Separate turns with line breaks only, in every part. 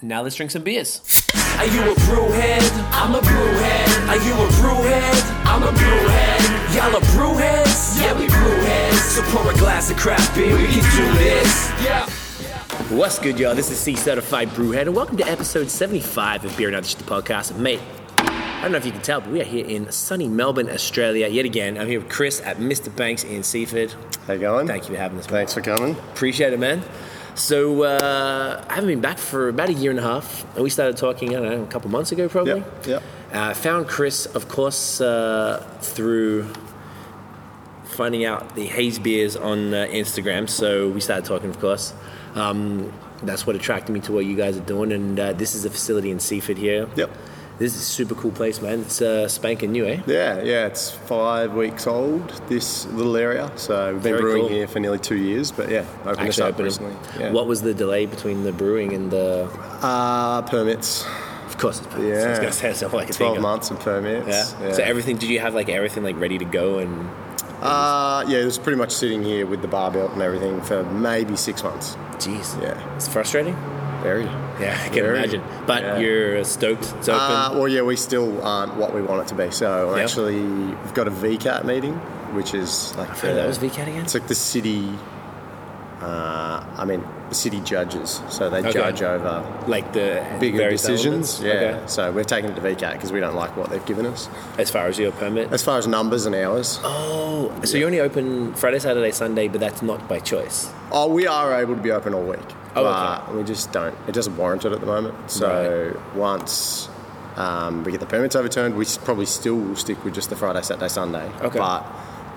Now let's drink some beers.
Are you a brewhead? I'm a brewhead. Are you a brewhead? I'm a brewhead. Y'all are brewheads? Yeah, we brewheads. So pour a glass of craft beer. We can do this. Yeah.
What's good, y'all? This is C Certified Brewhead, and welcome to episode 75 of Beer and Other Shit, the podcast. Mate, I don't know if you can tell, but we are here in sunny Melbourne, Australia, yet again. I'm here with Chris at Mr. Banks in Seaford.
How you going?
Thank you for having us. man.
Thanks for coming.
Appreciate it, man. So uh, I haven't been back for about a year and a half, and we started talking, I don't know, a couple months ago probably.
Yep, yep.
Uh, found Chris, of course, uh, through finding out the haze beers on uh, Instagram. So we started talking, of course. Um, that's what attracted me to what you guys are doing, and uh, this is a facility in Seaford here.
Yep.
This is a super cool place, man. It's uh, spanking new, eh?
Yeah, yeah. It's five weeks old. This little area. So we've been
Very
brewing
cool.
here for nearly two years, but yeah, opened this up
opened.
recently. Yeah.
What was the delay between the brewing and the?
Uh, permits.
Of course, it's
Yeah.
I was gonna say it's not like a
Twelve
thing.
months of
Yeah.
permits.
So everything? Did you have like everything like ready to go and?
Uh, yeah, it was pretty much sitting here with the bar belt and everything for maybe six months.
Jeez.
Yeah.
It's frustrating.
Very.
Yeah, I can
Very.
imagine. But
Yeah.
you're stoked. It's open.
Uh, well, yeah, we still aren't what we want it to be. So
Yeah.
actually, we've got a VCAT meeting, which is like
heard of that. What's VCAT again?
It's like the city. Uh, I mean, the city judges, so they
Okay.
judge over
like the
bigger
various
decisions.
elements?
Yeah. So we're taking it to VCAT because we don't like what they've given us
Okay. As far as your permit.
as far as numbers and hours. Oh,
oh, so you're only open Friday, Saturday, Sunday, but that's not by choice.
Oh, we are able to be open all week,
Oh,
but we just don't. It doesn't warrant it at the moment. So once. Um, we get the permits overturned. We s- probably still will stick with just the Friday, Saturday, Sunday.
Okay.
But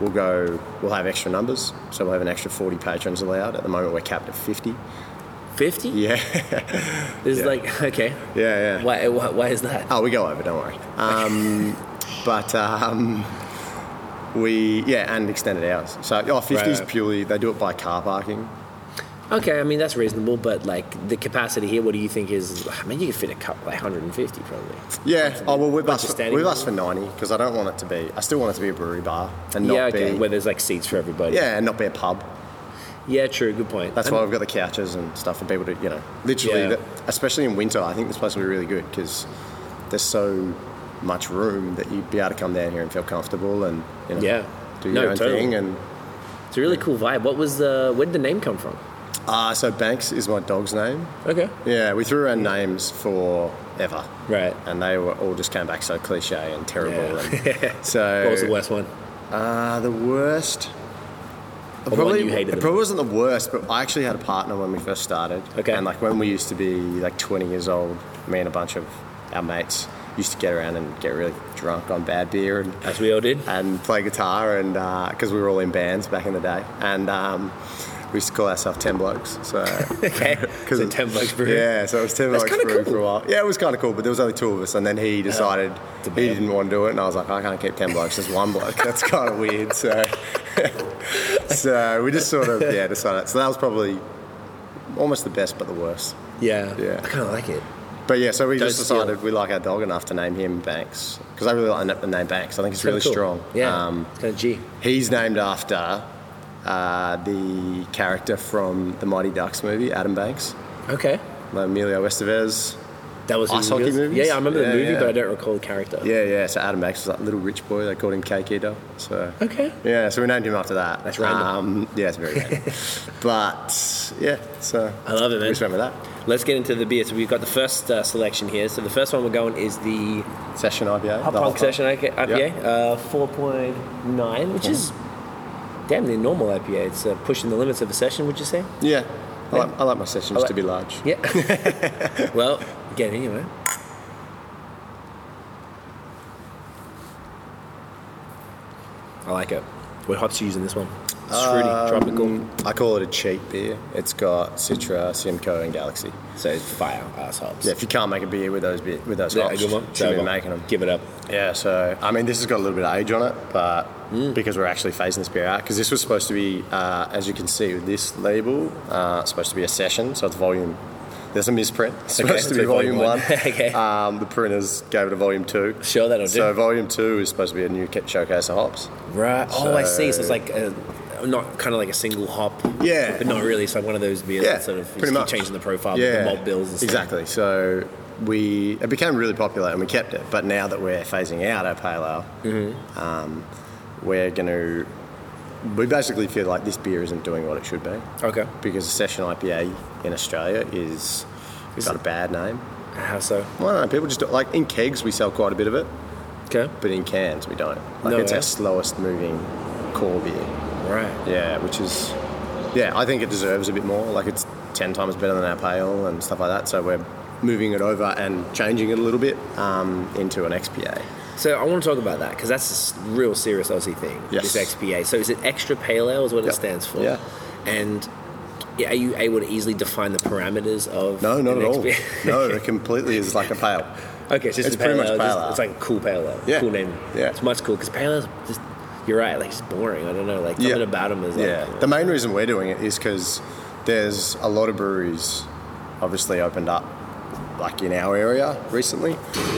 we'll go. We'll have extra numbers, so we'll have an extra 40 patrons allowed. At the moment, we're capped at 50.
50?
Yeah.
This is
yeah.
like, okay.
Yeah, yeah.
Why, why, why is that?
Oh, we go over, don't worry. Um, but um, we, yeah, and extended hours. So, oh, 50 is
Right.
purely, they do it by car parking.
Okay, I mean, that's reasonable, but like the capacity here, what do you think is? I mean, you could fit a cup like 150 probably.
Yeah. Oh, well,
Bunch
we've
of
asked, for,
standing
we've asked for
room.
90 because I don't want it to be, I still want it to be a brewery bar and not
yeah, okay.
be,
Where there's like seats for everybody.
yeah, and not be a pub.
Yeah, true. Good point.
That's
And-
why we've got the couches and stuff for people to, you know, literally,
Yeah.
that, especially in winter, I think this place will be really good because there's so much room that you'd be able to come down here and feel comfortable and, you know,
Yeah.
do your
No,
own
totally.
thing and
It's a really cool vibe. What was the? Where did the name come from?
Uh, so Banks is my dog's name.
Okay.
Yeah, we threw around names forever.
Right.
And they were all just came back so cliche and terrible.
Yeah.
And so
What was the worst one?
Uh, the worst.
one you hated the
it probably wasn't the worst, but I actually had a partner when we first started.
Okay.
And like when we used to be like 20 years old, me and a bunch of our mates used to get around and get really drunk on bad beer and
As we all did.
and play guitar and because we were all in bands back in the day and um, we used to call ourselves ten blokes so
Okay. So 10 Blokes Brew.
yeah so it was ten
That's
blokes
kinda
brew
cool.
for a while yeah it was kind of cool but there was only two of us and then he decided
it's a
he
band.
didn't want to do it and I was like I can't keep ten blokes there's one bloke that's kind of weird so so we just sort of yeah decided so that was probably almost the best but the worst
Yeah.
Yeah.
I kind of like it.
but yeah, so we
Don't
just
steal.
decided we like our dog enough to name him Banks because I really like the name Banks. I think it's,
Kinda
really
cool.
strong.
Yeah.
Um,
it's kind of G.
He's named after uh, the character from the Mighty Ducks movie, Adam Banks,
Okay.
Emilio Estevez.
That was
Ice
who he
hockey
was?
movies?
Yeah, yeah, I remember the
Yeah,
movie,
yeah.
but I don't recall the character.
Yeah, yeah. So Adam Banks was like little rich boy. They called him Cake Eater. So
Okay.
yeah, so we named him after that.
That's random.
Um, yeah, it's very random. but yeah, so
I love it,
we
man.
just went with that
Let's get into the beer. So we've got the first uh, selection here. So the first one we're going is the
session IPA.
Hop
the
Punk
Hop-
Session IPA, uh, 4.9, which is damn near normal IPA. It's uh, pushing the limits of a session, would you say?
Yeah, I like, I like my sessions
like-
to be large.
Yeah. well, get in here, man. I like it. What hops you using this one? It's fruity,
Um,
tropical.
I call it a cheap beer. It's got Citra, Simcoe, and Galaxy.
So it's fire ass hops.
Yeah, if you can't make a beer with those beer, with those
Is that
hops,
a good one?
you
So
should be making them.
Give it up.
Yeah, so I mean, this has got a little bit of age on it, but
Mm.
because we're actually phasing this beer out, because this was supposed to be, uh, as you can see with this label, uh, supposed to be a session, so it's volume. There's a misprint. It's
Okay,
supposed to
so
be volume,
volume one.
one.
Okay.
Um, the printers gave it a volume two.
Sure, that'll do.
So volume two is supposed to be a new ca- showcase of hops.
Right. Oh, I see. So it's like a, not kind of like a single hop.
Yeah.
But not really. It's like one of those beers
Yeah,
that sort of you
pretty
just keep
much.
changing the profile, with the malt bills and stuff.
Exactly. So we it became really popular and we kept it. But now that we're phasing out our pale ale,
Mm-hmm.
um, we're going to we basically feel like this beer isn't doing what it should be
Okay.
because a session IPA in Australia is
Is
got
it-
a bad name.
How so?
Well, I don't know, people just don't, like in kegs we sell quite a bit of it,
Okay.
but in cans we don't. Like
No
it's
way.
our slowest moving core beer.
Right.
Yeah, which is yeah, I think it deserves a bit more. Like it's ten times better than our pale and stuff like that. So we're moving it over and changing it a little bit um, into an XPA.
So I want to talk about that because that's a s- real serious Aussie thing.
Yes.
This XPA. So is it extra pale ale is what it
Yep.
stands for?
Yeah.
And yeah, are you able to easily define the parameters of
No, not
an
at all.
XPA?
no, it completely is like a pale.
okay, it's just
It's
a pale
pretty much
ale, just-
pale ale.
It's like a cool pale ale.
Yeah.
Cool name.
Yeah.
It's much cool because pale ales just you're right. Like it's boring. I don't know. Like something about them is like
yeah. The main reason we're doing it is because there's a lot of breweries, obviously opened up, like in our area recently,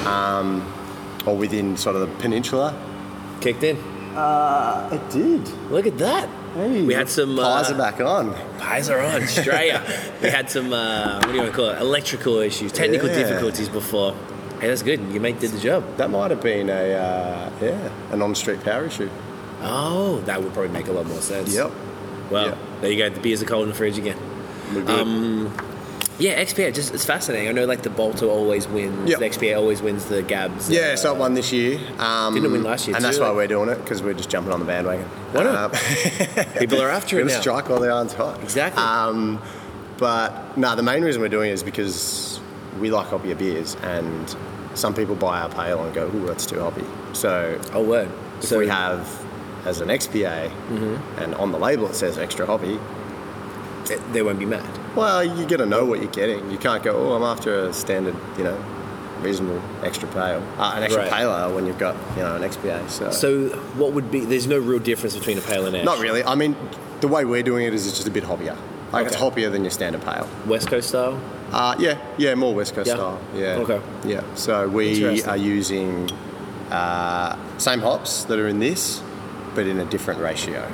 um, or within sort of the peninsula.
kicked in.
It did.
Look at that.
Hey,
we had some
Pies
uh,
are back on.
Pies are on, Australia. we had some, uh, what do you want to call it, electrical issues, technical
Yeah.
difficulties before. Hey, that's good. You mate did the job.
That might have been a uh, yeah an on-street power issue.
Oh, that would probably make a lot more sense. Well,
Yeah.
there you go. The beers are cold in the fridge again.
Um,
Yeah, XPA, just it's fascinating. I know like the Bolter always wins.
Yep.
The XPA always wins the Gabs.
yeah,
uh,
so it won this year. Um,
Didn't it win last year
And
too,
that's why
like-
we're doing it because we're just jumping on the bandwagon.
Why not?
Uh,
people are after
we're
it
gonna
now.
strike while the iron's hot.
Exactly.
Um, but no, the main reason we're doing it is because we like hoppy beers, and some people buy our pale and go, "Ooh, that's too hoppy." So
oh, word.
if we have as an XPA,
Mm-hmm.
and on the label it says extra hoppy,
th- eh, they won't be mad.
Well, you got to know what you're getting. You can't go, oh, I'm after a standard, you know, reasonable extra pale, uh, an extra
Right.
pale ale when you've got, you know, an XPA. So,
So what would be? There's no real difference between a pale and ash.
not really. I mean, the way we're doing it is it's just a bit hoppier. Like it's
Okay.
hoppier than your standard pale.
West Coast style.
Uh, yeah, yeah, more West Coast
Yeah.
style. Yeah.
Okay.
Yeah. So we
Interesting.
are using uh, same hops that are in this, but in a different ratio.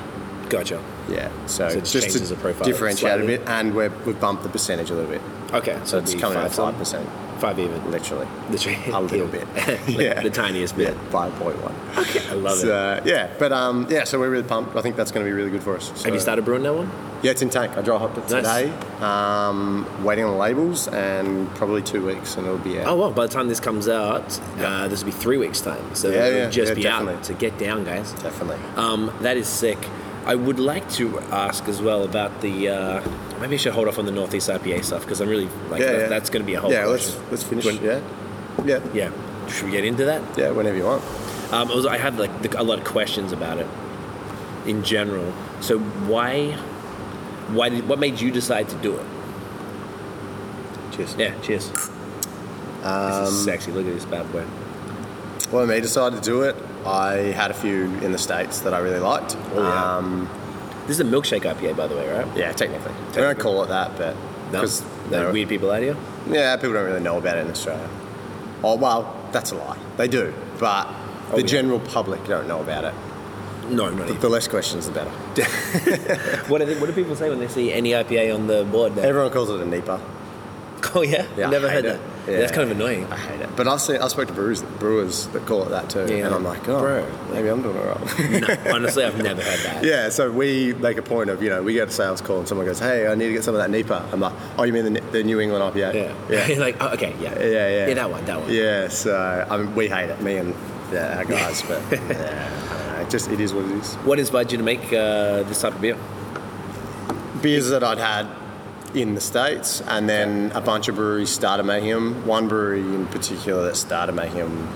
Gotcha.
Yeah. So,
So it
just
changes
to
the profile
differentiate
slightly.
a bit, and we're, we've bumped the percentage a little bit.
Okay,
So it's coming out five percent,
Five even.
literally.
Literally.
a little bit.
yeah. The tiniest bit.
Five point one.
Okay, I love it.
So, yeah, but um, yeah, so we're really pumped. I think that's going to be really good for us. So-
Have you started brewing that one?
Yeah, it's in tank. I dry hopped it
Nice.
today. Um, waiting on the labels and probably two weeks, and it'll be out.
Oh well, by the time this comes out, uh, this will be three weeks time, so
Yeah,
it'll
yeah,
just
yeah,
be out.
definitely.
So get down, guys.
definitely.
Um, that is sick. I would like to ask as well about the. Uh, maybe I should hold off on the Northeast IPA stuff because I'm really like
yeah,
that-
yeah,
that's going to be a whole.
Yeah, let's
question.
let's finish.
Do you want-
yeah, yeah,
yeah. Should we get into that?
yeah. Whenever you want.
Um, I was, I had like the, a lot of questions about it in general. So why, why did, what made you decide to do it?
Cheers.
Yeah, cheers.
Um,
this is sexy. Look at this bad boy.
Well, me decided to do it. I had a few in the states that I really liked.
Oh, yeah.
Um,
This is a milkshake IPA, by the way, right?
yeah, technically. We don't call it that, but
No,
'cause-
no,
no.
weird people out here.
Yeah, people don't really know about it in Australia. Oh, well, that's a lie. They do, but the
Oh, yeah.
general public don't know about it.
No, not
The less questions, the better.
What, do they- what do people say when they see any IPA on the board? They're-
Everyone calls it a NEPA.
oh yeah,
Yeah, I
never heard
hate
that.
it. Yeah.
That's kind of annoying.
I hate it. But I've seen, I spoke to brewers, brewers that call it that too,
Yeah.
and I'm like, oh,
Bro.
maybe I'm doing it wrong.
No, honestly, I've never heard that.
yeah, so we make a point of, you know, we get a sales call and someone goes, hey, I need to get some of that NEPA. I'm like, oh, you mean the, Ni- the New England IPA?
yeah.
Yeah,
like oh, okay, yeah.
yeah. Yeah,
Yeah, that one, that one.
Yeah, so I mean, we hate it, me and yeah, our guys, but yeah, I don't know. It just, it is what it is.
What inspired you to make uh, this type of beer?
beers that I'd had in the States, and then a bunch of breweries started making them. One brewery in particular that started making them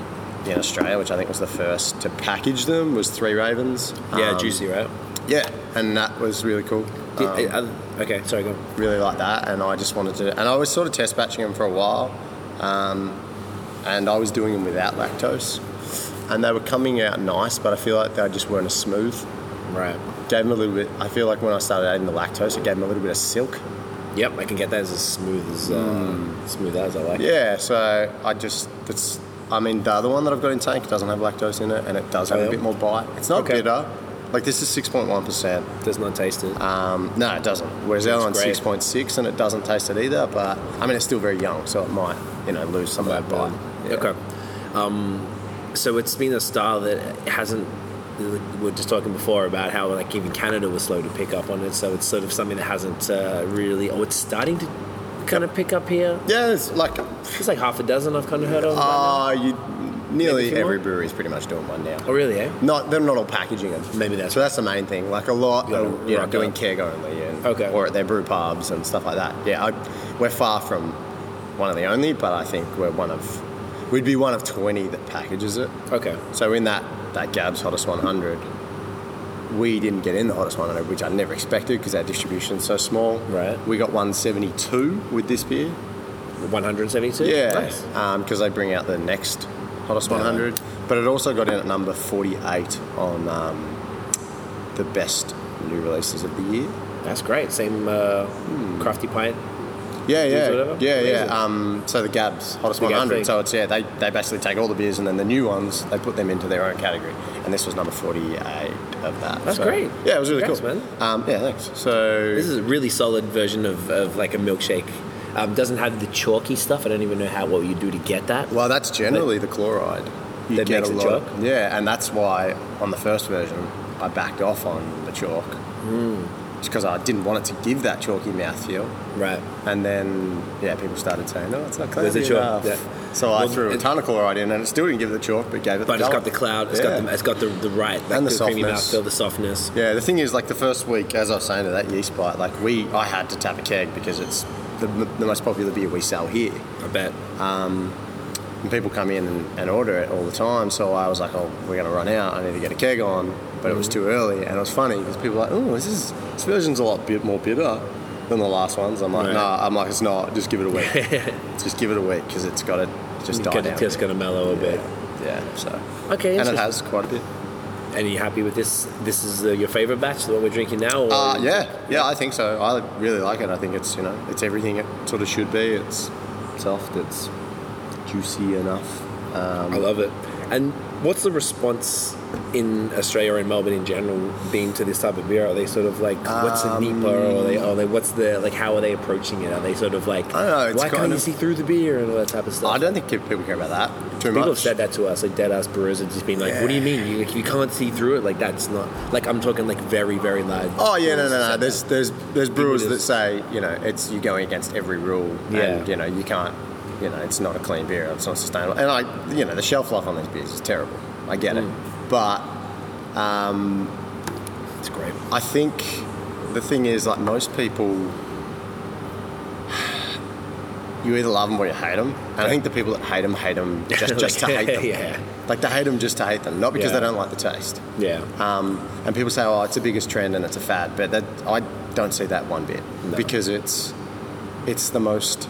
in Australia, which I think was the first to package them, was Three Ravens.
Yeah,
Um,
juicy, right?
Yeah, and that was really cool.
Yeah,
Um,
uh, okay, sorry, go. on.
really like that, and I just wanted to. And I was sort of test batching them for a while, um, and I was doing them without lactose, and they were coming out nice, but I feel like they just weren't as smooth.
Right.
Gave them a little bit. I feel like when I started adding the lactose, it gave them a little bit of silk.
Yep, I can get that as smooth as uh, smooth as I like. it.
Mm. Yeah, so I just that's. I mean, the other one that I've got in tank doesn't have lactose in it, and it does have
Oh, yeah?
a bit more bite. It's not
Okay.
bitter. Like this is six point one percent.
Does not taste it.
Um, no, it doesn't. Whereas the other one's
That's great.
six point six, and it doesn't taste it either. But I mean, it's still very young, so it might, you know, lose some of that bite. Yeah.
Okay. Um, so it's been a style that hasn't. We were just talking before about how like even Canada was slow to pick up on it, so it's sort of something that hasn't uh, really. Oh, it's starting to kind of pick up here.
Yeah, it's like
There's like half a dozen I've kind of heard of.
ah, you nearly
few
every
more?
brewery is pretty much doing one now.
oh, really? Eh?
Not they're not all packaging them.
Maybe that's
So that's the main thing. Like a lot,
Gotta
are, you know,
rock
doing
up.
keg only, and,
Okay.
or at their brew pubs and stuff like that. Yeah, I, we're far from one of the only, but I think we're one of we'd be one of twenty that packages it.
Okay.
So in that that Gab's hottest 100, we didn't get in the hottest 100, which I never expected because our distribution's so small.
Right.
We got 172 with this beer.
172.
Yeah.
Nice.
Because they bring out the next hottest
Yeah.
100, but it also got in at number 48 on um, the best new releases of the year.
That's great. Same uh, crafty pint.
Yeah, yeah,
whatever?
yeah,
Amazing.
yeah. Um, so the Gabs hottest
The Gab
100.
thing.
so it's yeah, they, they basically take all the beers and then the new ones they put them into their own category, and this was number 48 of that.
That's
So,
great.
Yeah, it was really
Congrats,
cool,
man.
Um, yeah, thanks. So
This is a really solid version of, of like a milkshake. Um, doesn't have the chalky stuff. I don't even know how what you do to get that.
well, that's generally the chloride.
That makes it chalk?
Yeah, and that's why on the first version I backed off on the chalk. Mm.
Hmm.
because I didn't want it to give that chalky mouthfeel.
Right.
And then, yeah, people started saying, "No, it's not clear
There's a
enough."
chalk, yeah.
So I
Well,
threw a
it-
ton of chloride in, and it still didn't give it the chalk, but gave it.
But it's
the colour.
got the cloud. It's
Yeah.
got the it's got the the right like
And the
the, creamy
softness.
mouthfeel, the softness.
Yeah, the thing is, like the first week, as I was saying to that yeast bite, like we, I had to tap a keg because it's the, the most popular beer we sell here,
I bet.
and people come in and, and order it all the time. So I was like, oh, we're gonna run out. I need to get a keg on, but it was too early, and it was funny because people were like, oh, this is this version's a lot bit more bitter than the last ones. I'm like,
Right.
no, I'm like, it's not. Just give it a week. just give it a week because it's got to just die
Good,
down.
it's gonna mellow a bit.
Yeah, so
Okay.
and it
interesting.
has quite a bit.
And are you happy with this? This is uh, your favorite batch, the one we're drinking now. Or
Uh, yeah, yeah, I think so. I really like it. I think it's you know it's everything it sort of should be. It's soft. It's juicy enough.
I love it. And what's the response in Australia and Melbourne in general been to this type of beer? Are they sort of like what's
Um,
the NEPA or are they, are they what's the like how are they approaching it? Are they sort of like
I don't know, it's
why can't
kind
you
of-
see through the beer and all that type of stuff?
I don't think people care about that too
People have
much.
said that to us, like dead ass brewers have just been like, "What do you mean? You, like, you can't see through it? Like that's not like I'm talking like very very loud."
Oh yeah, no, no,
brewers
no.
said
There's there's there's brewers
People
that
just-
say you know it's you're going against every rule.
Yeah.
and, you know you can't. You know it's not a clean beer. It's not sustainable. And I, you know, the shelf life on these beers is terrible. I get
Mm.
it, but
that. it's great.
I think the thing is, like most people, you either love them or you hate them. And I think the people that hate them hate them just, just to hate them.
Yeah.
Like they hate them just to hate them, not because
Yeah.
they don't like the taste.
Yeah,
Um, and people say, oh, it's the biggest trend and it's a fad, but that, I don't see that one bit
No.
because it's it's the most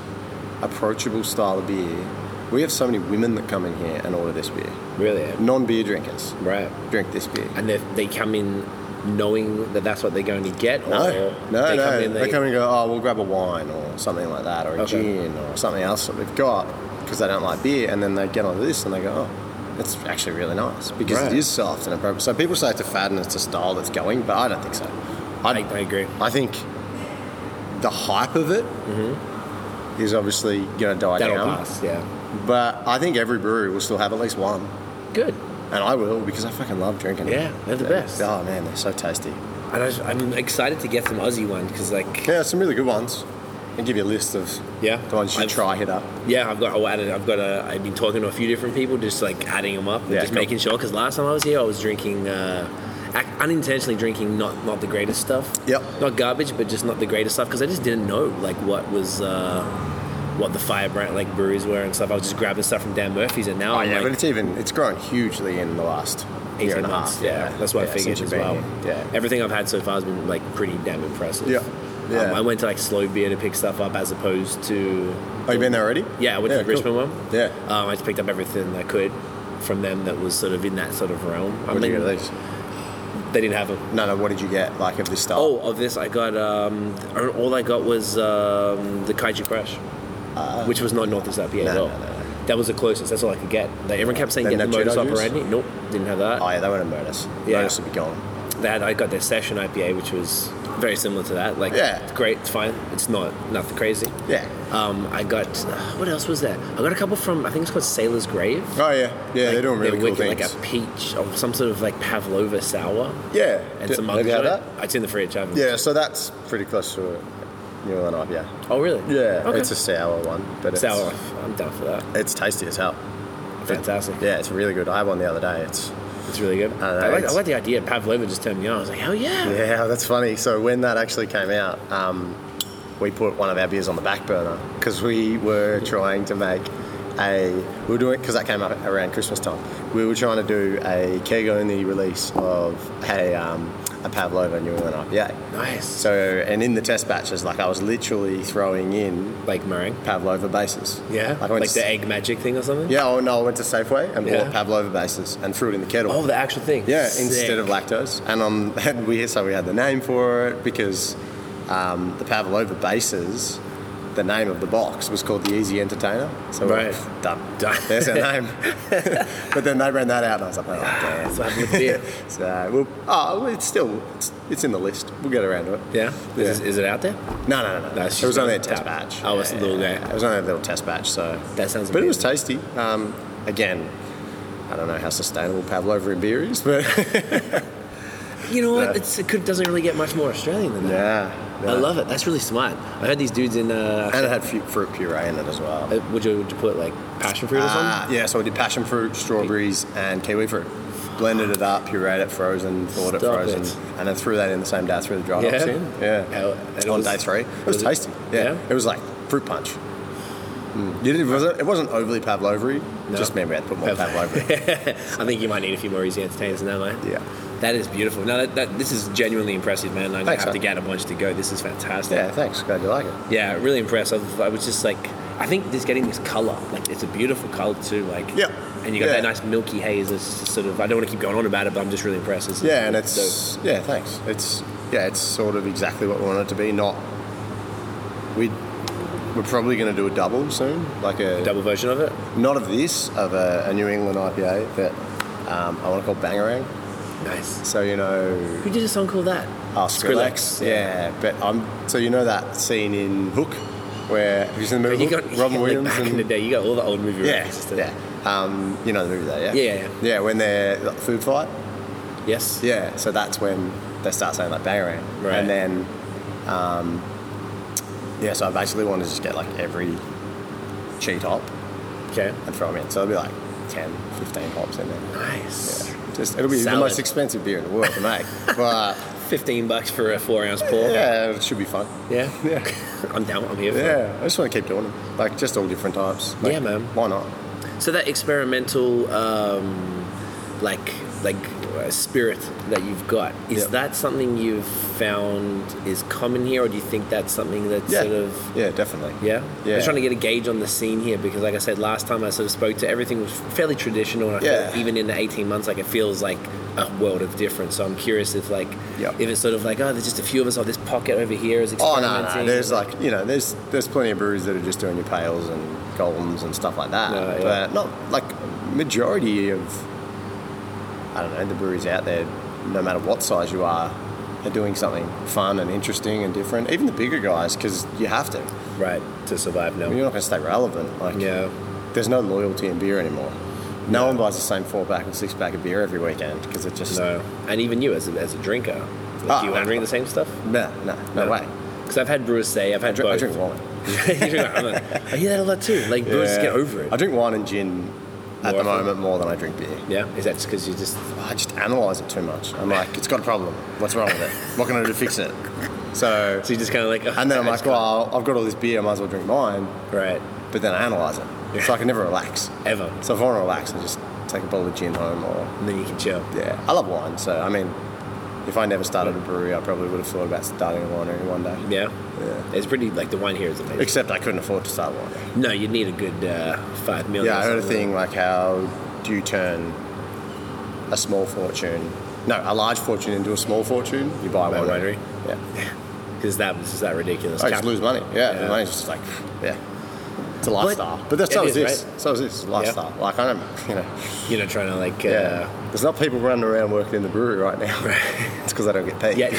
approachable style of beer. We have so many women that come in here and order this beer.
really.
Non-beer drinkers
Right,
drink this beer.
and they, they come in knowing that that's what they're going to get.
No,
or
no,
they
no.
Come in, they,
they come and go, oh, we'll grab a wine or something like that, or a
Okay.
gin or something else that we've got because they don't like beer. And then they get onto this and they go, oh, it's actually really nice because
Right.
it is soft and appropriate. So people say it's a fad and it's a style that's going, but I don't think so.
I, I agree.
I think the hype of it is obviously going to die
That'll
down.
pass. Yeah,
But I think every brewery will still have at least one.
good.
And I will because I fucking love drinking
Yeah,
them.
they're the best.
Oh man, they're so tasty.
And I, just- I'm excited to get some Aussie one because like
Yeah, some really good ones. And give you a list of
Yeah.
the ones you should
I've-
try hit up.
Yeah, I've got. oh, I added, I've got a. I've been talking to a few different people, just like adding them up, and
Yeah,
just
cool.
making sure. Because last time I was here, I was drinking, uh, ac- unintentionally drinking not not the greatest stuff.
Yep.
Not garbage, but just not the greatest stuff because I just didn't know like what was uh, what the firebrand like breweries were and stuff. I was just grabbing stuff from Dan Murphy's, and now
Oh
I'm
yeah,
like,
but it's even it's grown hugely in the last year
18
and a
months.
half.
Yeah. that's what I figured as
since you've
well.
been here. Yeah,
everything I've had so far has been like pretty damn impressive.
Yeah. Yeah.
Um, I went to like Slow Beer to pick stuff up as opposed to
Oh, you've been there already?
yeah, I went to the
cool.
Richmond one.
Yeah.
um, I just picked up everything I could from them that was sort of in that sort of realm. I
What did you
mean,
get of these?
they didn't have them.
No, no. What did you get? Like of this style?
Oh, of this I got um, all I got was um, the Kaiju Crash, which was not Northeast IPA at
Uh, no,
all.
no, no.
That was the closest. That's all I could get. Like, everyone kept saying
They
get the
didn't have
modus
Cheeto juice?
operandi. Nope, didn't have that.
Oh, yeah, they went to Modus.
Yeah.
Modus would be gone.
that I got their session IPA, which was very similar to that. Like,
Yeah.
it's great, it's fine. It's not nothing crazy.
Yeah.
Um, I got what else was there? I got a couple from I think it's called Sailor's Grave.
Oh yeah, yeah. they're
Like,
doing really
they're
cool
wicked,
things.
Like a peach or some sort of like pavlova sour
yeah.
and
D-
some other.
Have you had that?
It's in the fridge. I haven't.
Yeah. So that's pretty close to a New England IPA.
Oh really?
Yeah.
Okay.
It's a sour one, but it's,
sour. I'm down for that.
It's tasty as hell.
Fantastic.
Yeah, it's really good. I had one the other day. It's
It's really good.
know,
I, like, I
it's-
like the idea. Pavlova just turned me on. I was like, hell yeah.
Uh, yeah, that's funny. So when that actually came out, um, we put one of our beers on the back burner because we were trying to make a. We were doing because that came up around Christmas time. We were trying to do a keg only release of a um, a Pavlova New England IPA.
Nice.
So and in the test batches, like I was literally throwing in
Like meringue.
Pavlova bases.
Yeah.
Like, I
Like,
went to
the
s-
egg magic thing or something.
Yeah, oh no, I went to Safeway and
Yeah.
bought Pavlova bases and threw it in the kettle.
Oh, the actual thing.
Yeah,
Sick.
instead of lactose, and on and we so we had the name for it because um, the Pavlova bases, the name of the box was called the Easy Entertainer. So we're like,
Right.
done,
Done.
There's our name. but then they ran that out, and I was like, oh damn.
So I have Ah, a beer.
So we'll, oh, well, it's still it's, it's in the list. We'll get around to it.
Yeah. Is,
Yeah.
is it out there?
No, no, no, no.
No, it's
it
just
was only a
like a
test
tap.
batch.
Oh, it's a little guy.
It was only a little test batch, so
That sounds
But it was tasty. Um, again, I don't know how sustainable Pavlova in beer is, but
You know what? It's, it could, doesn't really get much more Australian than that.
yeah,
I love it. That's really smart. I heard these dudes in. Uh,
And it had fu- fruit puree in it as well.
uh, would you would you put like passion fruit or
Ah,
something?
yeah, so we did passion fruit, strawberries, and kiwi fruit. Blended it up, pureed it, frozen, thawed it
Stop
frozen,
it.
and then threw that in the same day. I Threw the dry hops
Yeah?
in.
How-
Yeah,
and it
on
was-
day three, it was,
was it-
tasty. yeah. Hmm.
yeah?
it was like fruit punch. You didn't, was it, it wasn't overly pavlovery.
No.
Just meant we had to put more pavlova. in.
I think you might need a few more easy entertainers than that, mate.
Yeah.
That is beautiful. No, that, that this is genuinely impressive, man. Like,
Thanks,
I have to
man.
get a bunch to go. This is fantastic.
yeah, thanks. Glad you like it.
Yeah, really impressed. I was, I was just like, I think just getting this color, like it's a beautiful color too, like.
Yeah.
And you got
Yeah.
that nice milky haze. It's just sort of. I don't want to keep going on about it, but I'm just really impressed. This is-
Yeah, and
so-
it's yeah, thanks. It's yeah, it's sort of exactly what we want it to be. Not we we're probably going to do a double soon, like a
double version of it.
not of this, of a, a New England IPA that um, I want to call Bangarang.
Nice.
So you know,
Who did a song called that?
oh, Yeah. but I'm so you know that scene in Hook where have you seen the movie
You
Hook?
got you
Robin
got, like,
Williams
back
and
in the day. You got all the old movie
yeah,
references. to-
yeah. Um, you know the movie that, yeah?
Yeah, yeah, yeah.
Yeah, when they're like, food fight.
Yes.
Yeah, so that's when they start saying like Bangarang.
Right.
And then, um, yeah, so I basically want to just get like every cheat hop
Okay.
and throw them in. So it'll be like 10, 15 hops in there.
Nice.
Just it'll be
Salad.
the most expensive beer in the world to make, but
Fifteen bucks for a four ounce pour.
yeah, it should be fun.
Yeah.
Yeah,
I'm down. I'm here for it.
yeah. I just want to keep doing them, like just all different types. Like,
Yeah, man.
Why not?
So that experimental, um, like like uh, spirit that you've got is
Yeah.
that something you've found is common here, or do you think that's something that's
Yeah,
sort of
yeah, definitely.
yeah?
Yeah.
I'm just trying to get a gauge on the scene here because, like I said last time, I sort of spoke to everything was fairly traditional, and I feel
Yeah.
like even in the 18 months, like it feels like a world of difference. So I'm curious if like
Yeah.
if it's sort of like oh, there's just a few of us. Oh, this pocket over here is
Oh
experimenting.
no, no. There's like you know, there's there's plenty of breweries that are just doing your pails and golems and stuff like that.
Yeah, yeah.
But not like majority of I don't know the breweries out there, no matter what size you are, are doing something fun and interesting and different. Even the bigger guys, because you have to.
right to survive now.
I mean, you're not going to stay relevant. Like
Yeah.
there's no loyalty in beer anymore. No one buys the same four pack and six pack of beer every weekend because it just
No. And even you, as a, as a drinker, like,
Ah,
do you want to
no.
drink the same stuff?
no, no, no, way.
Because I've had brewers say, I've
I
had
drink, I
both.
drink wine.
You drink wine. I'm like, I hear that a lot too. Like, brewers just
Yeah.
get over it.
I drink wine and gin at
More
the
often.
moment more than I drink beer.
yeah, is that because you just
I just analyse it too much. I'm like, it's got a problem. What's wrong with it? What can I do to fix it? So,
So you just kind of like,
and then I'm
I
like, oh,
just
well, I've got all this beer, I might as well drink mine.
can't- right,
But then I analyze it, so I can never relax.
ever,
So if I want to relax, I just take a bottle of gin home, or
and then you can chill.
yeah, I love wine. So I mean, if I never started a brewery, I probably would have thought about starting a winery one day.
Yeah,
Yeah.
It's pretty like the wine here is amazing.
Except I couldn't afford to start a winery.
no, you need a good uh, five million.
Yeah, I
or
heard a
something.
thing like how do you turn a small fortune, no, a large fortune into a small fortune? You buy
Buy a
one
winery.
Yeah.
because that was just that ridiculous.
I just
Cap-
lose money. Yeah,
Yeah.
the money's just like, yeah. It's a lifestyle. But, that's
It
so is,
is,
this.
right?
So is this. It's a lifestyle. Like, I don't, you know.
You know, trying to like,
Yeah.
uh,
There's not people running around working in the brewery right now. it's because I don't get paid.
yet,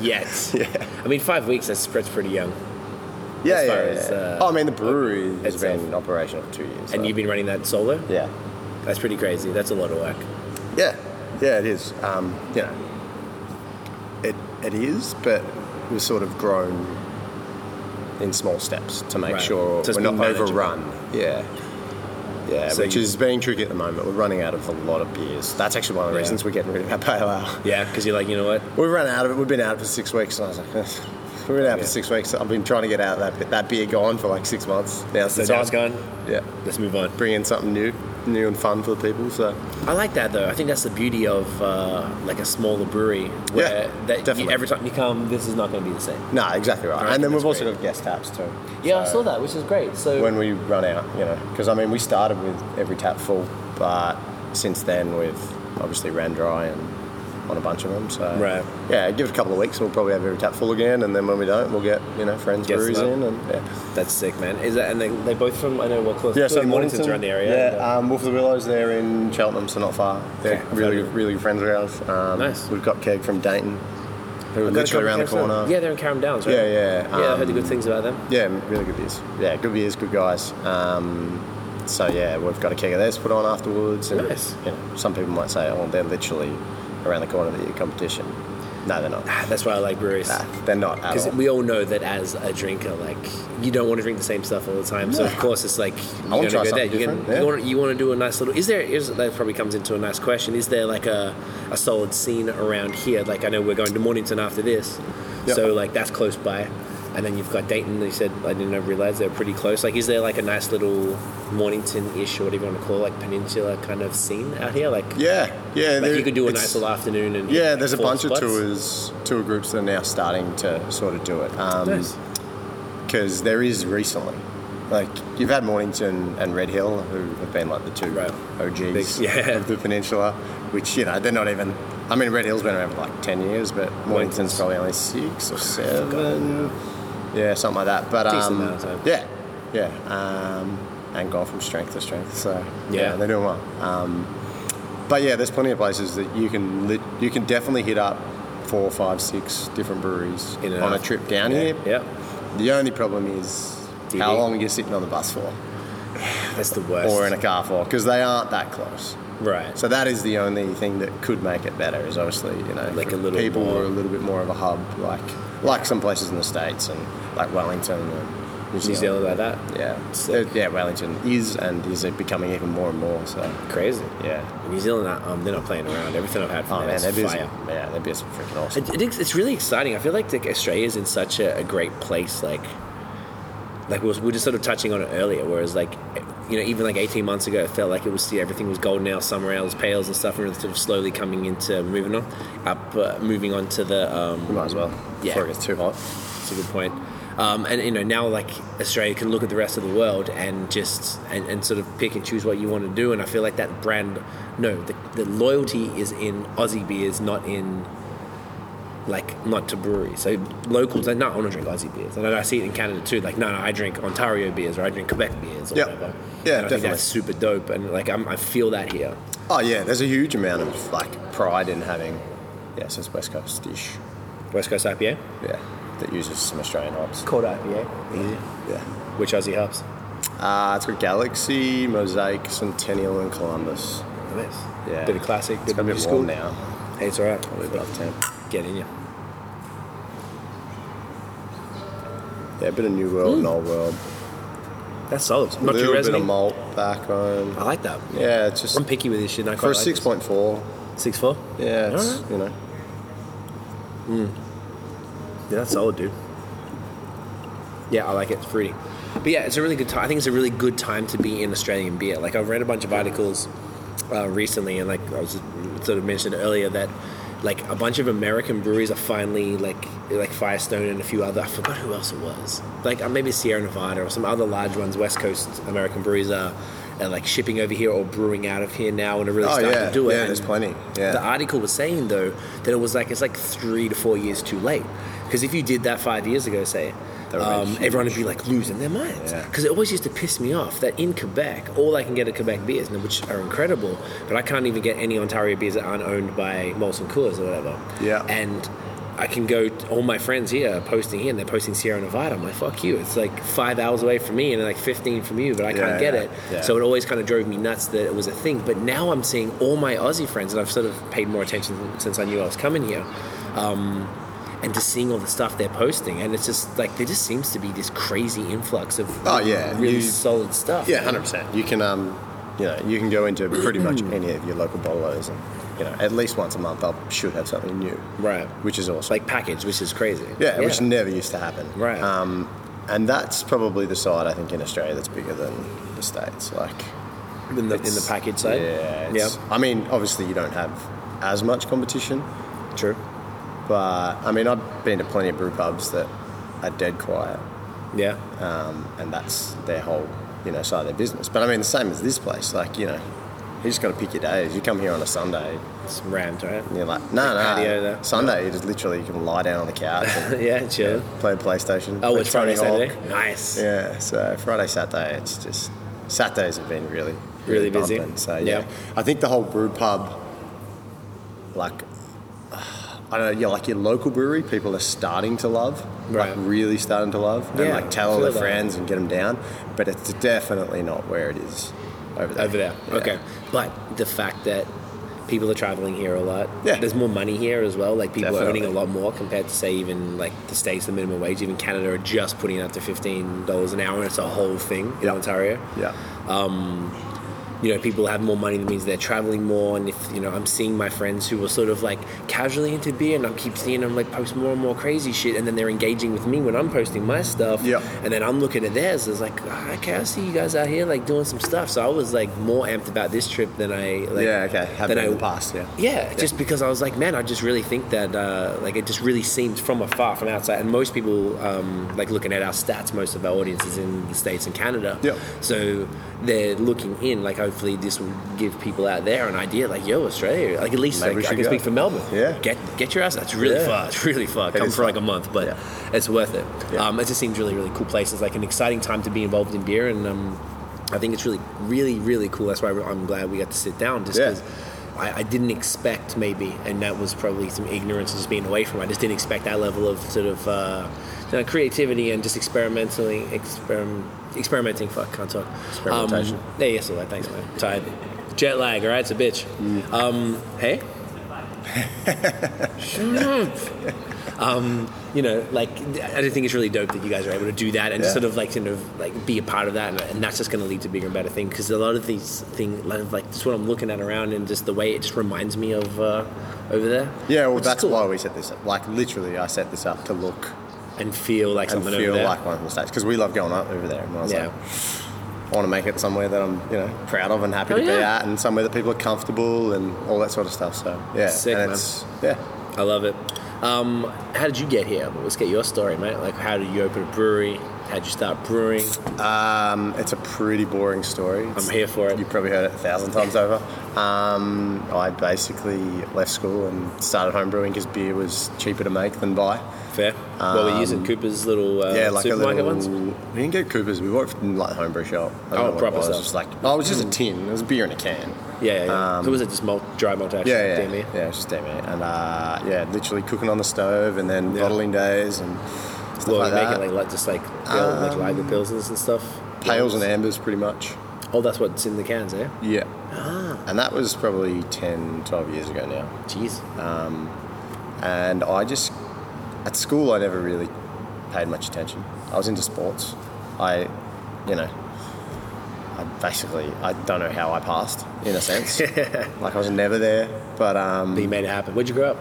yet.
Yeah.
I mean, five weeks. That's that's pretty young.
yeah,
as
yeah.
far as,
yeah.
uh,
oh, I mean, the brewery has
itself.
been operational for two years.
And
so-
you've been running that solo.
Yeah.
That's pretty crazy. That's a lot of work.
Yeah, yeah, it is. Um, you know, it it is, but we've sort of grown in small steps to make
Right.
sure
So it's
we're not
been manageable.
overrun. Yeah, yeah,
So
which
you-
is being tricky at the moment. We're running out of a lot of beers. That's actually one of the
Yeah.
reasons we're getting rid of our pale ale.
Yeah, because you're like, you know what?
We've run out of it. We've been out of it for six weeks, and I was like. "Ugh." We've been out
Yeah.
for six weeks. I've been trying to get out of that bit- that beer gone for like six months. Now it's
So
the
now
time.
it's gone.
Yeah,
Let's move on.
bring in something new, new and fun for the people. So
I like that though. I think that's the beauty of uh, like a smaller brewery where
Yeah,
that you,
definitely.
every time you come, this is not going to be the same.
no, exactly right.
I think
and then we've
that's
also
great.
got guest taps too.
Yeah, I
So-
saw that, which is great. So
when we run out, you know. Because I mean, we started with every tap full, but since then we've obviously ran dry and on a bunch of them. So
Right.
yeah, give it a couple of weeks, and we'll probably have every tap full again. And then when we don't, we'll get you know friends
Get
breweries
some
in, and yeah.
that's sick, man. Is that and they they both from I know what close.
Yeah, so
Mornington's
Mornington-
around the area. uh,
Yeah, um, Wolf of the Willows, they're in Cheltenham, so not far. They're
Okay.
really, really good friends of ours. Um,
Nice.
We've got Keg from Dayton, who are
They're
literally around the
Cameron-
corner.
Yeah, they're in Caram Downs, right?
Yeah, yeah,
yeah, I
um,
heard the good things about them.
Yeah, really good beers. Yeah, good beers, good guys. Um, so yeah, we've got a keg of theirs put on afterwards. And,
Nice.
You know, some people might say, oh, they're literally around the corner of your competition. No, they're not.
That's why I like breweries.
Nah, they're not at
Ah. Because
all.
we all know that as a drinker, like you don't want to drink the same stuff all the time. So of course, it's like you
wanna try
there.
something
You, can,
different, yeah.
you, want to, you want to do a nice little. Is there? Is that probably comes into a nice question? Is there like a, a solid scene around here? Like I know we're going to Mornington after this,
Yep.
so like that's close by. And then you've got Dayton. They said I didn't realize they're pretty close. Like, is there like a nice little Mornington-ish or whatever you want to call it, like peninsula kind of scene out here? Like,
yeah, yeah.
like
there-
you could do a
it's-
nice little afternoon and
Yeah, there's a
four
bunch
spots.
of tours, tour groups that are now starting to sort of do it. Um,
Nice.
because there is recently. Like you've had Mornington and Red Hill, who have been like the two
Right.
OGs
Big- yeah.
of the peninsula, which you know they're not even. I mean, Red Hill's been around for like ten years, but Mornington's probably only six or seven, yeah, something like that. But
Decent
um,
amount of time.
yeah, yeah, um, and gone from strength to strength. So
Yeah.
they're doing well. Um, but yeah, there's plenty of places that you can lit, you can definitely hit up four, five, six different breweries
In and
on
out.
a trip down here.
Yeah.
The only problem is
DD.
how long you're sitting on the bus for,
That's the worst.
or in a car for, because they aren't that close.
right.
So that is the only thing that could make it better. Is obviously you know
Like
if
a little
people
more-
were a little bit more of a hub, like like some places in the states and like Wellington and New
New
Zealand.
Zealand like that.
Yeah,
Sick.
Uh, yeah. Wellington is and is it becoming even more and more. So
Crazy.
yeah.
New Zealand, um, they're not playing around. Everything I've had from
Oh
there
man,
is
that is
fire.
yeah, that beer's freaking awesome.
It, it is, it's really exciting. I feel like like, Australia's in such a, a great place. Like, like we, was, we were just sort of touching on it earlier. Whereas, like, you know, even like eighteen months ago, it felt like it was see everything was golden ale, summer ales, pales, and stuff, and it's sort of slowly coming into moving on, up, uh, moving on to the. Um,
You might as well
Yeah.
before it gets too hot.
That's a good point. Um, and you know now, like Australia can look at the rest of the world and just and, and sort of pick and choose what you want to do. And I feel like that brand, no, the, the loyalty is in Aussie beers, not in like not to breweries. So locals, like, no, I want to drink Aussie beers, and I see it in Canada too. Like, no, no, I drink Ontario beers or I drink Quebec beers or
Yeah.
whatever.
Yeah,
and I think
definitely.
that's super dope, and like I'm, I feel that here.
Oh yeah, there's a huge amount of like pride in having yeah, so it's West Coast dish.
West Coast IPA,
Yeah, that uses some Australian hops.
cold IPA,
Yeah.
which Aussie hops?
Uh, it's got Galaxy, Mosaic, Centennial, and Columbus.
Nice.
Yeah.
Bit of classic,
It's
bit
got a
of new
bit
school.
warm now.
Hey, it's all right.
Probably above 10.
Get in you.
Yeah, a bit of New World and Old World.
That's solid.
A
Mm. Not too Oh.
little bit of
resonant.
malt backbone.
I like that.
Yeah, it's just
I'm picky with this shit. and I quite
for a
like
6.4.
Six four.
Yeah, it's, you know.
Yeah, that's solid, dude. Yeah, I like it. It's fruity. But yeah, it's a really good time. I think it's a really good time to be in Australian beer. Like, I've read a bunch of articles uh, recently, and like I was sort of mentioned earlier, that like a bunch of American breweries are finally like like Firestone and a few other. I forgot who else it was. Like uh, maybe Sierra Nevada or some other large ones. West Coast American breweries are, are like shipping over here or brewing out of here now, and are really
Oh,
starting
yeah.
to do it.
Yeah, there's
And
plenty. Yeah.
The article was saying though that it was like it's like three to four years too late because if you did that five years ago, say.
That would've been
Um, everyone would be like losing their minds
Yeah.
because it always used to piss me off that in Quebec all I can get are Quebec beers and- which are incredible but I can't even get any Ontario beers that aren't owned by Molson Coors or whatever
Yeah.
and I can go all my friends here are posting here and they're posting Sierra Nevada I'm like fuck you it's like five hours away from me and like 15 from you but I
Yeah,
can't get
yeah,
it
yeah.
so it always kind of drove me nuts that it was a thing. But now I'm seeing all my Aussie friends, and I've sort of paid more attention since I knew I was coming here, um, and just seeing all the stuff they're posting, and it's just like there just seems to be this crazy influx of
Oh, yeah.
really
You-
solid stuff.
Yeah, hundred percent. You can, um, you know, you can go into pretty much
Mm.
any of your local bottlers, and you know, at least once a month, I should have something new,
Right.
Which is awesome.
like packaged, which is crazy.
yeah, which never used to happen,
Right.
Um, and that's probably the side I think in Australia that's bigger than the states. Like
in the in the
it's-
package side.
yeah,
yeah,
it's- I mean, obviously you don't have as much competition,
true.
but I mean, I've been to plenty of brew pubs that are dead quiet,
Yeah,
um, and that's their whole you know side of their business. But I mean, the same as this place, like you know, you just got to pick your days. You come here on a Sunday,
it's rammed, right?
and you're like, no, no,
patio there.
Sunday you just literally you can lie down on the couch and
Yeah, chill.
play PlayStation.
Oh,
play
it's Friday,
Tony
Saturday.
Hawk.
Nice.
Yeah, so Friday, Saturday, it's just Saturdays have been really,
Really busy.
bumping. So yeah,
Yeah.
I think the whole brew pub, like, I don't know, yeah, like your local brewery, people are starting to love,
Right.
like really starting to love, and
Yeah,
like tell all
feel
their
that.
friends and get them down, but it's definitely not where it is over there.
Over there.
Yeah.
Okay. But the fact that people are traveling here a lot.
Yeah.
There's more money here as well. Like people
Definitely.
are earning a lot more compared to say even like the states, the minimum wage, even Canada are just putting it up to fifteen dollars an hour and it's a whole thing in
Yeah.
Ontario.
Yeah.
You know, people have more money that means they're traveling more and if you know, I'm seeing my friends who are sort of like casually into beer and I keep seeing them like post more and more crazy shit and then they're engaging with me when I'm posting my stuff.
Yeah.
And then I'm looking at theirs as like, "Ah, okay, I see you guys out here like doing some stuff. So I was like more amped about this trip than I like
yeah. Okay. Have
than
been in
I-
the past. Yeah.
yeah, just because I was like, man, I just really think that, uh, like, it just really seems from afar, from outside. And most people, um, like, looking at our stats, most of our audience is in the States and Canada.
Yeah.
So they're looking in, like, hopefully this will give people out there an idea, like, yo, Australia, like, at least
Maybe
like,
we
I
should
can
go.
speak for Melbourne.
Yeah.
Get get your ass. That's really
Yeah.
far. It's really far. It
Where you
comes for
from?
like a month, but it's worth it.
Yeah.
Um, it just seems really, really cool place. It's like an exciting time to be involved in beer and, um, I think it's really, really, really cool. That's why I'm glad we got to sit down, just
Yeah.
because I, I didn't expect maybe, and that was probably some ignorance just being away from. It. I just didn't expect that level of sort of uh, you know, creativity and just experimentally experim- experimenting. Fuck, can't talk.
Experimentation.
Um, yeah, yes, all that. Thanks, man. Tired. Jet lag. All right, it's a bitch.
Mm.
Um, hey. you know, like I do think it's really dope that you guys are able to do that and
Yeah.
sort of like sort of like be a part of that, and, and that's just going to lead to bigger and better things. Because a lot of these things, like just what I'm looking at around, and just the way it just reminds me of uh, over there.
Yeah. Well,
which is
that's
cool.
why we set this up. Like literally, I set this up to look
and feel like
and
something
feel
over there.
like one of the states because we love going up over there. And I was
yeah,
like, I want to make it somewhere that I'm, you know, proud of and happy to be
Oh, yeah.
at, and somewhere that people are comfortable and all that sort of stuff. So yeah,
Sick,
and
man.
it's yeah.
I love it. Um, how did you get here? Let's get your story, mate. Like, how did you open a brewery? How'd you start brewing?
Um, it's a pretty boring story.
I'm here for it.
You probably heard it a thousand times over. Um, I basically left school and started home brewing because beer was cheaper to make than buy.
Fair. what were you using? Cooper's little uh,
Um, yeah, like a
supermarket
little.
ones.
We didn't get Coopers. We worked in like the homebrew shop. I don't
Oh,
know what
proper
it was.
stuff.
It was like oh, it was just a tin. It was beer in a can.
Yeah, yeah. yeah.
Um,
so was it just malt, dry malt ash?
Yeah, yeah,
damn near?
yeah. It was just damn it, and uh, yeah, literally cooking on the stove, and then
Yeah.
bottling days, and stuff
Well,
like
you make
that.
it like, like just like the old, like lager pilsners and stuff.
Pails and ambers, pretty much.
Oh, that's what's in the cans, eh?
Yeah. And that was probably 10, 12 years ago now.
Jeez.
And I just, at school, I never really paid much attention. I was into sports. I, you know, I basically, I don't know how I passed, in a sense. like, I was never there. But, um,
But you made it happen. Where'd you grow up?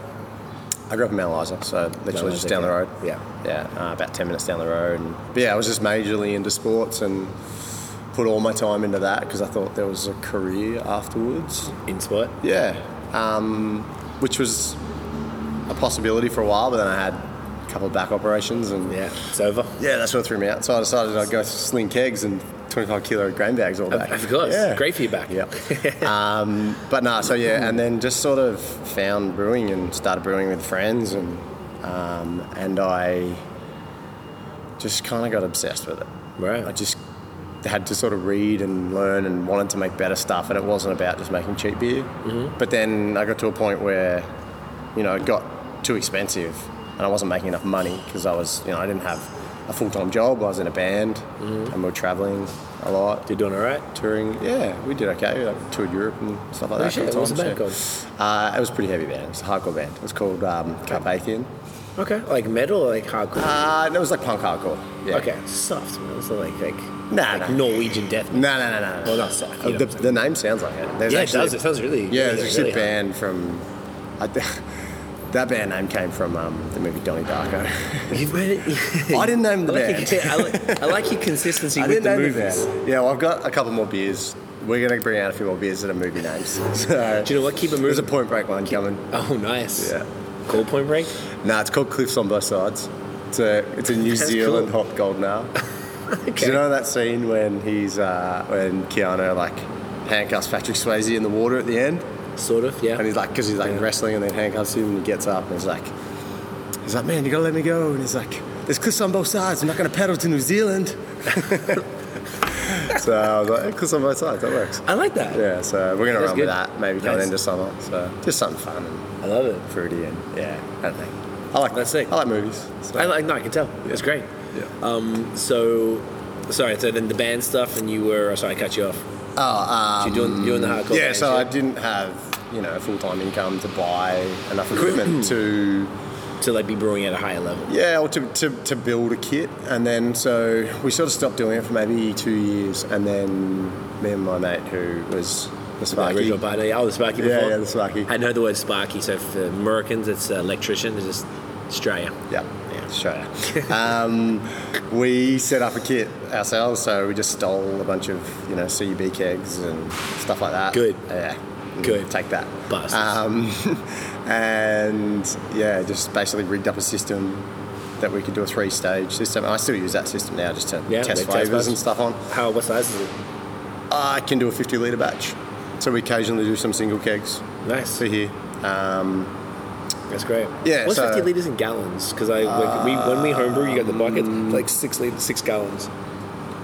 I grew up in Mount Isa, so literally
Mount
just
Isa,
down the
yeah.
road.
Yeah.
yeah, uh, about ten minutes down the road. And, but yeah, I was just majorly into sports and put all my time into that because I thought there was a career afterwards.
in sport.
Yeah, um, which was a possibility for a while, but then I had a couple of back operations and
Yeah, it's over.
yeah, that's what threw me out. So I decided I'd go sling kegs and 25 kilo grain bags all day.
Of course,
Yeah.
great feedback.
Yeah. um, but nah, so yeah, and then just sort of found brewing and started brewing with friends, and um, and I just kind of got obsessed with it.
Right.
I just had to sort of read and learn and wanted to make better stuff, and it wasn't about just making cheap beer. But then I got to a point where, you know, it got too expensive, and I wasn't making enough money because I was, you know, I didn't have a full time job. I was in a band, and we were traveling a lot
You're doing all right.
touring. Yeah, we did okay. We like, toured Europe and stuff like that.
Oh, shit,
a couple
what was the
times,
band
so- Uh, it was a pretty heavy band. It was a hardcore band. It was called um, Carpathian.
Okay, like metal, or like hardcore.
Uh, and it was like punk hardcore. Yeah.
Okay, soft. Man. It's not like like,
Nah,
like
nah.
Norwegian death.
No, no, no, no. no.
Well, not soft.
Uh,
you know
the,
what I'm
the name sounds like it.
saying.
There's
yeah, it
actually-
does. It sounds really.
Yeah,
really,
there's actually
really
a
hard.
band from. I, that band name came from um, the movie Donnie Darko.
You really-
I didn't name the
I like
band.
Your, I, like, I like your consistency
I
with
didn't
the
name
movies.
the band. Yeah, well, I've got a couple more beers. We're going to bring out a few more beers that are movie names. So,
Do you know what? Keep it
There's a
moving.
point break one coming.
Oh, nice.
Yeah.
Cool Point Break.
Nah, it's called Cliffs on Both Sides. It's a, it's a New
That's
Zealand
cool.
hot gold now. Do
Okay.
you know that scene when he's uh, when Keanu like handcuffs Patrick Swayze in the water at the end,
sort of. Yeah.
and he's like, because he's like
Yeah.
wrestling, and then handcuffs him, and he gets up, and he's like, he's like, man, you gotta let me go, and he's like, there's cliffs on both sides. I'm not gonna paddle to New Zealand. so I was like, "Yeah, cliffs on both sides. That works.
I like that.
Yeah, so we're gonna
That's
run
good.
with that maybe going
Nice.
into summer. So just something fun and
I love it.
fruity and yeah, I don't know. I like
That's sick.
I like movies. So.
I like. No, I can tell. It's great.
Yeah.
Um. So, sorry. So then the band stuff, and you were. Sorry, I cut you off.
Oh, um,
So you're doing- you're in the hardcore
Yeah,
band,
so
yeah?
I didn't have you know full time income to buy enough equipment to
To like be brewing at a higher level.
yeah or to, to, to build a kit, and then so we sort of stopped doing it for maybe two years, and then me and my mate who was the
The
Sparky,
original band. Oh, the Sparky
Yeah,
before?
yeah, the Sparky.
I know the word Sparky, so for Americans, it's uh, electrician. It's just Australia.
yeah, yeah, Australia. um, we set up a kit ourselves, so we just stole a bunch of you know CUB kegs and stuff like that.
Good.
yeah, and
Good.
Take that.
Bastards.
Um, and yeah, just basically rigged up a system that we could do a three stage system. I still use that system now just to
Yeah, they test
test flavors and
batch.
stuff on.
How? What size is it?
I can do a 50 litre batch. So we occasionally do some single kegs
Nice.
for here. Um,
That's great.
Yeah,
What's
so-
50 liters in gallons? Because I like, we, when we homebrew, you got the bucket like six liters, six gallons.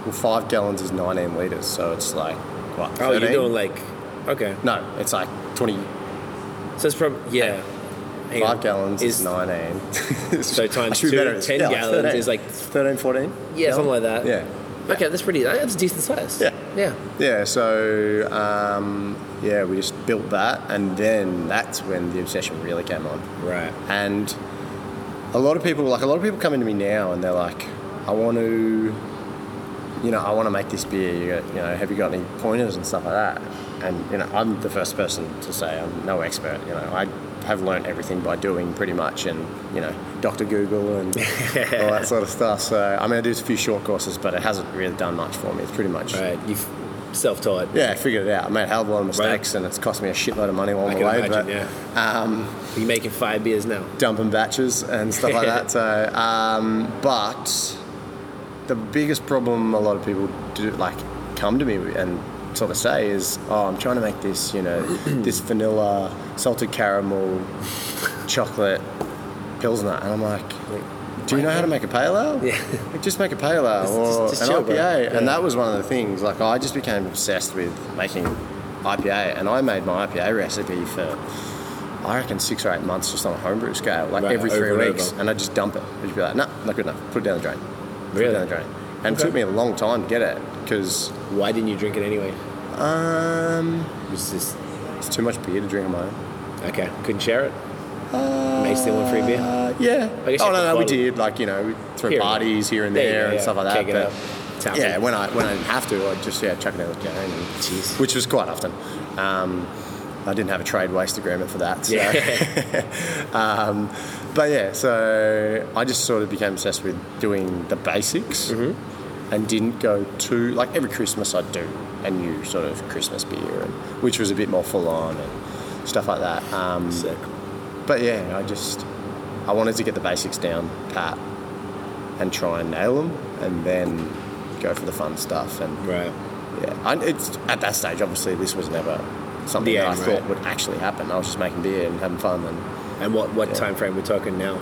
well, five gallons is 19 litres, so it's like, what,
Oh,
13?
you're doing like okay.
No, it's like 25
So it's probably yeah. Hang on.
gallons is, 19.
So times
I should be
two,
at-
10 gallons is like-
13, 14?
yeah something like that.
Yeah.
Okay, that's pretty. That's a decent size.
Yeah.
Yeah.
Yeah, so um, yeah, we just built that, and then that's when the obsession really came on.
Right.
And a lot of people, like a lot of people, come into me now, and they're like, "I want to, you know, I want to make this beer. You, got, you know, have you got any pointers and stuff like that?" And you know, I'm the first person to say I'm no expert. You know, I have learned everything by doing pretty much, and you know, Doctor Google and all that sort of stuff. So I mean, I do a few short courses, but it hasn't really done much for me. It's pretty much
Right. You've self-taught.
yeah, I figured it out. I made a hell of a lot of mistakes,
Right.
and it's cost me a shitload of money along
I
the
can
way.
imagine.
but
yeah. Um, You're making five beers now.
dumping batches and stuff like that. So, um, but the biggest problem a lot of people do, like, come to me and sort of say is, "Oh, I'm trying to make this, you know, this vanilla, salted caramel, chocolate pilsner," and I'm like, "Do you know how to make a pale ale?
Yeah.
Like, just make a pale ale
Just-
or
just- just
an
chill,
IPA."
bro. Yeah.
And that was one of the things. Like, I just became obsessed with making IPA, and I made my IPA recipe for. I reckon six or eight months just on a homebrew scale, like
Right,
every three
over and
weeks,
over.
and I just dump it. I'd just be like, no, not good enough. Put it down the drain. Put
Really?
it down the drain. And it took me a long time to get it because
Why didn't you drink it anyway?
um,
It was just
it's too much beer to drink on my own.
okay. Couldn't share it. May still want free beer.
Uh, yeah.
I guess you have to
Oh no, no, we
bottle.
did. Like you know, we threw
Here and
parties here and
there
there,
you go,
and
yeah.
stuff like that.
Keg it
but
up. Tap
yeah,
it.
when I when I didn't have to, I would just yeah chuck it out the drain, and,
Jeez.
which was quite often. Um, I didn't have a trade waste agreement for that. So.
Yeah.
um, but yeah, so I just sort of became obsessed with doing the basics
Mm-hmm.
and didn't go too, like every Christmas I'd do a new sort of Christmas beer, and, which was a bit more full on and stuff like that. Um,
Sick.
but yeah, I just, I wanted to get the basics down pat and try and nail them and then go for the fun stuff and
Right.
yeah, and it's at that stage. Obviously, this was never something
The
that
end,
I
right.
thought would actually happen. I was just making beer and having fun. And
And what what time frame we're talking now?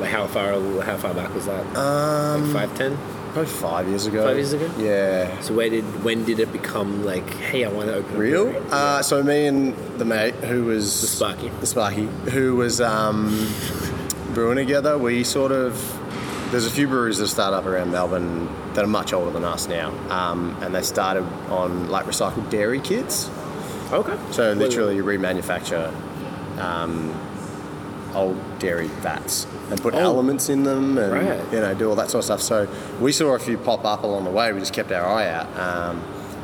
Like how far how far back was that?
um,
like five ten.
probably five years ago.
Five years ago?
Yeah.
So where did when did it become like hey I want to open a
Real?
brewery?
Uh, so me and the mate who was
The Sparky.
the Sparky, who was um, brewing together, we sort of there's a few breweries that start up around Melbourne that are much older than us now, um, and they started on like recycled dairy kits.
Okay.
So
Well,
literally, you remanufacture um, old dairy vats and put elements in them, and
Oh. Right.
you know do all that sort of stuff. So we saw a few pop up along the way. We just kept our eye out um,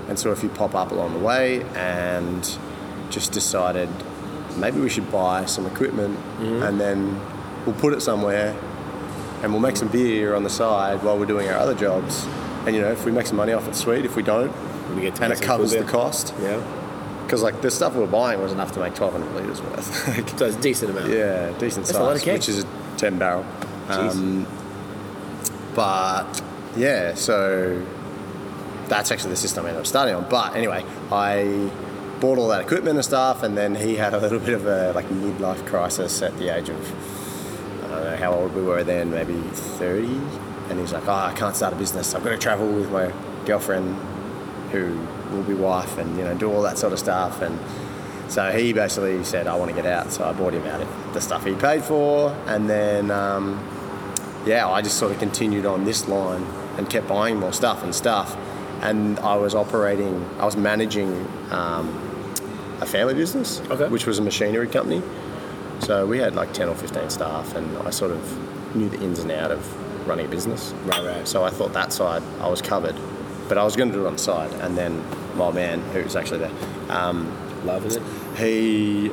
and saw a few pop up along the way, and just decided maybe we should buy some equipment
Mm-hmm.
and then we'll put it somewhere and we'll make some beer on the side while we're doing our other jobs. And you know, if we make some money off it, sweet. If we don't,
we get to
and
make
it
some
covers
cool
the
beer.
cost,
Yeah.
because like the stuff we were buying was enough to make 1,200 liters worth. Like,
So it's a decent amount.
yeah, decent
That's a
size,
lot of keg.
which is a 10 barrel.
Jeez.
um, But yeah, so that's actually the system I ended up starting on. But anyway, I bought all that equipment and stuff, and then he had a little bit of a like midlife crisis at the age of I don't know how old we were then, maybe 30. And he's like, oh, I can't start a business. I've got to travel with my girlfriend, who will be wife, and you know do all that sort of stuff. And so he basically said, I want to get out. So I bought him out of the stuff he paid for, and then. Um, yeah, I just sort of continued on this line and kept buying more stuff and stuff. And I was operating, I was managing um, a family business,
Okay.
which was a machinery company. So we had like 10 or 15 staff, and I sort of knew the ins and out of running a business.
Right, right.
So I thought that side I was covered, but I was going to do it on the side. And then my old man, who's actually there, um,
Loving it.
he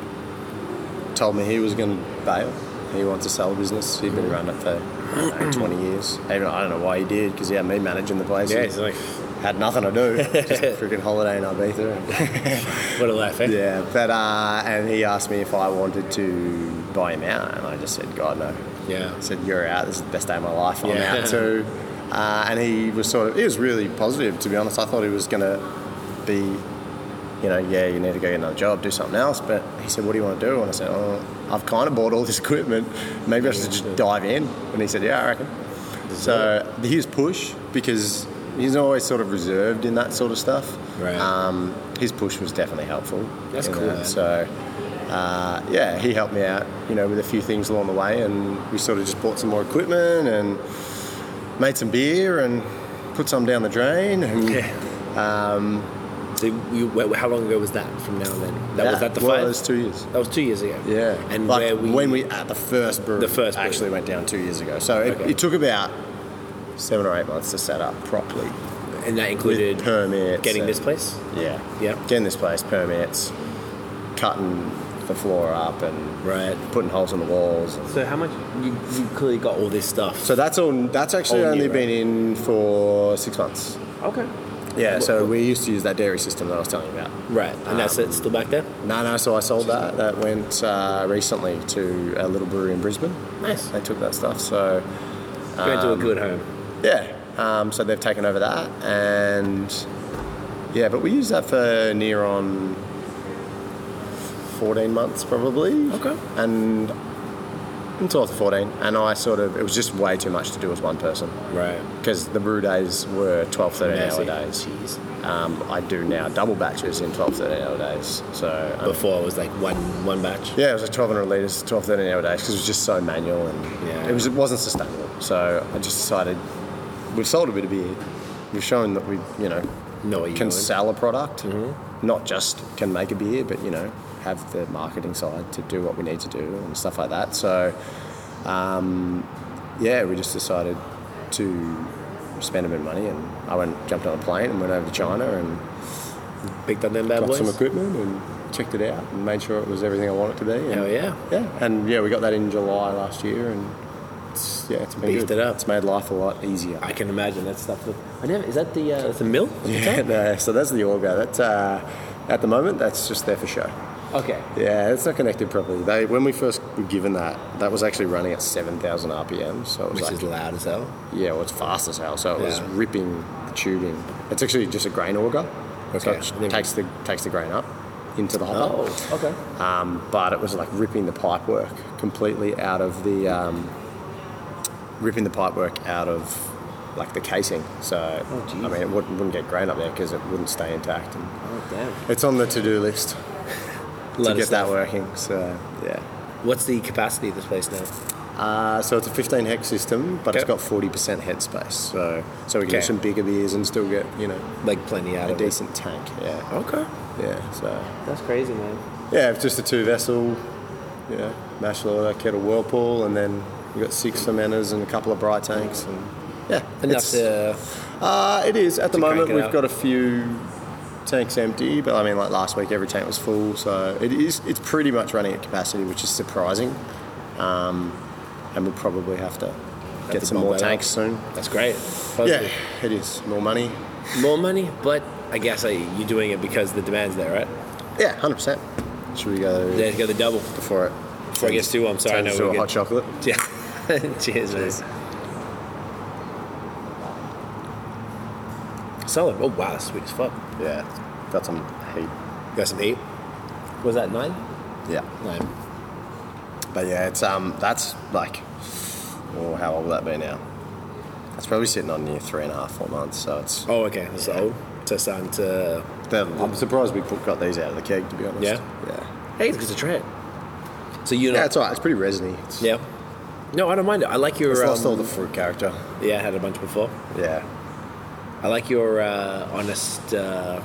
told me he was going to bail. He wants to sell the business. He'd been running it for I don't know, 20 years. Even I don't know why he did because he had me managing the place.
Yeah.
He
It's like
had nothing to do. Just a freaking holiday in Ibiza.
what a life. Eh?
yeah, but uh, and he asked me if I wanted to buy him out, and I just said, God no.
Yeah.
I said, "You're out. This is the best day of my life. I'm
Yeah.
out too." Uh, and he was sort of. He was really positive, to be honest. I thought he was going to be, you know, yeah, you need to go get another job, do something else. But he said, "What do you want to do?" And I said, "Oh, I've kind of bought all this equipment. Maybe I should just dive in." And he said, "Yeah, I reckon." So his push, because he's always sort of reserved in that sort of stuff.
Right.
Um, his push was definitely helpful.
That's
in
cool,
that.
man.
So uh, yeah, he helped me out, you know, with a few things along the way, and we sort of just bought some more equipment and made some beer and put some down the drain. And
Um, So you, wh- how long ago was that from now then? That was that the
well,
five.
it was two years.
that was two years ago.
Yeah,
And
Like,
where we
when we at the first brewery,
The first brewery.
actually went down two years ago. So it,
Okay.
it took about seven or eight months to set up properly
and that
with
included
permits,
getting
and-
this place.
Yeah.
Yeah.
Getting this place, permits, cutting the floor up and
Right.
putting holes in the walls.
So how much you, you clearly got all this stuff.
So that's all. That's actually
All new,
only
right?
been in for six months.
okay.
Yeah. So we used to use that dairy system that I was telling you about.
Right. And
Um,
that's it. Still back there.
No, no. So I sold that. That went uh, recently to a little brewery in Brisbane.
Nice.
They took that stuff. So
Going
um,
to a good home.
yeah. Um, so they've taken over that and yeah, but we used that for near on fourteen months probably.
Okay.
And until after fourteen, and I sort of it was just way too much to do as one person.
Right.
because the brew days were 12, 13
Messy.
hour days. Um, I do now double batches in 12, 13 hour days. So, um,
Before it was like one one batch.
yeah, it was like 1200 litres, 12, 13 hour days because it was just so manual and
Yeah.
it, was, it wasn't sustainable. So I just decided we've sold a bit of beer, we've shown that we, you know,
No, you
can
doing?
sell a product,
Mm-hmm.
not just can make a beer, but, you know, have the marketing side to do what we need to do and stuff like that. So, um, yeah, we just decided to spend a bit of money, and I went jumped on a plane and went over to China and
Picked up them bad
got
boys.
some equipment and checked it out and made sure it was everything I want it to be. And,
Hell yeah.
Yeah, and yeah, we got that in July last year, and it's, yeah, it's been
Beefed
good.
it up.
It's made life a lot easier.
I can imagine that stuff. That, I never, is that the uh, that's the mill?
yeah, no, so that's the Orgo. That's uh, at the moment that's just there for show.
Okay.
Yeah, it's not connected properly. They when we first were given that, that was actually running at seven thousand RPM. So it was
Which
like,
is loud as hell.
yeah, well, it's fast as hell. So it was
Yeah.
ripping the tubing. It's actually just a grain auger. So
Okay.
it sh- takes the takes the grain up into the hopper.
Oh, okay.
um, but it was like ripping the pipework completely out of the um, ripping the pipework out of like the casing. So
Oh, geez.
I mean, it wouldn't, wouldn't get grain up there because it wouldn't stay intact. And
Oh damn.
it's on the to-do list to
Lot of
get
stuff.
that working. So yeah.
What's the capacity of this place now?
Uh, so it's a 15 hex system, but it's
Okay.
got 40% headspace. So so we can
Okay.
do some bigger beers and still get you know
Like plenty out
a
of it.
decent tank. Yeah.
Okay.
Yeah. So
That's crazy, man.
Yeah, it's just a two vessel, you know, mash lauder, kettle whirlpool, and then we've got six fermenters and a couple of bright tanks. And yeah,
Enough to
uh, it is. At the
crank
moment,
it
we've
out.
got a few tanks empty, but I mean, like last week, every tank was full, so it is. It's pretty much running at capacity, which is surprising. Um, and we'll probably have to get
to
some
bump
more
that up.
tanks soon.
That's great.
Yeah,
Positive.
it is more money.
More money, but I guess uh, you're doing it because the demand's there, right?
Yeah, hundred percent. Should we go
There's got the double.
before it?
Before it gets too warm, sorry, I
turns
know we
to
could-
a hot chocolate.
Yeah. Cheers, man. Solid. Oh wow, that's sweet as fuck.
Yeah, got some heat.
Got some heat. Was that nine?
Yeah.
Nine.
But yeah, it's um, that's like, oh, how old will that be now? It's probably sitting on near three and a half, four months. So it's.
Oh, okay. That's old. So starting to.
I'm surprised we put, got these out of the keg, to be honest.
Yeah?
yeah.
Hey, it's good to try it. So you know.
Yeah, it's alright. It's pretty resiny. It's,
Yeah. No, I don't mind it. I like your.
It's lost
um,
all the fruit character.
yeah, I had a bunch before.
Yeah.
I like your uh, honest uh,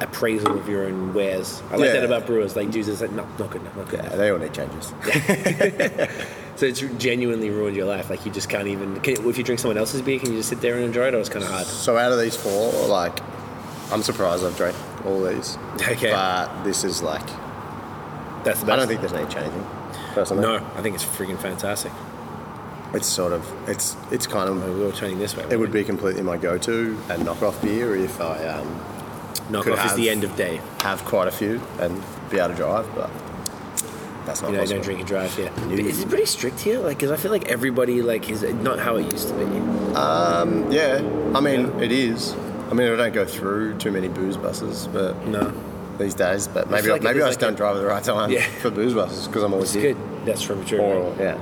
appraisal of your own wares. I like
Yeah.
that about brewers. Like dudes, it's like no, not good enough, not good
Yeah,
enough.
they all need changes.
So it's genuinely ruined your life. Like you just can't even. Can, if you drink someone else's beer, can you just sit there and enjoy it? Or it's kind of hard.
So out of these four, like, I'm surprised I've drank all these.
Okay.
But this is like,
That's the best.
I don't think there's any changing. Personally.
No, I think it's freaking fantastic.
It's sort of, it's it's kind
We
of,
were turning this way.
it would be completely my go-to and knockoff beer if I um,
knock
could
off is the
have-
end of day.
have quite a few and be able to drive, but that's not
You know, you
possible.
don't drink and drive here. Is it pretty strict here? Like, because I feel like everybody like is not how it used to be.
Yeah, I mean
Yeah.
it is. I mean I don't go through too many booze buses, but
No,
these days. But maybe
feel
I,
like it
maybe
is
I
like
just
a-
don't drive at the right time
Yeah.
for booze buses because I'm always
it's
here.
good. That's from true.
Or yeah,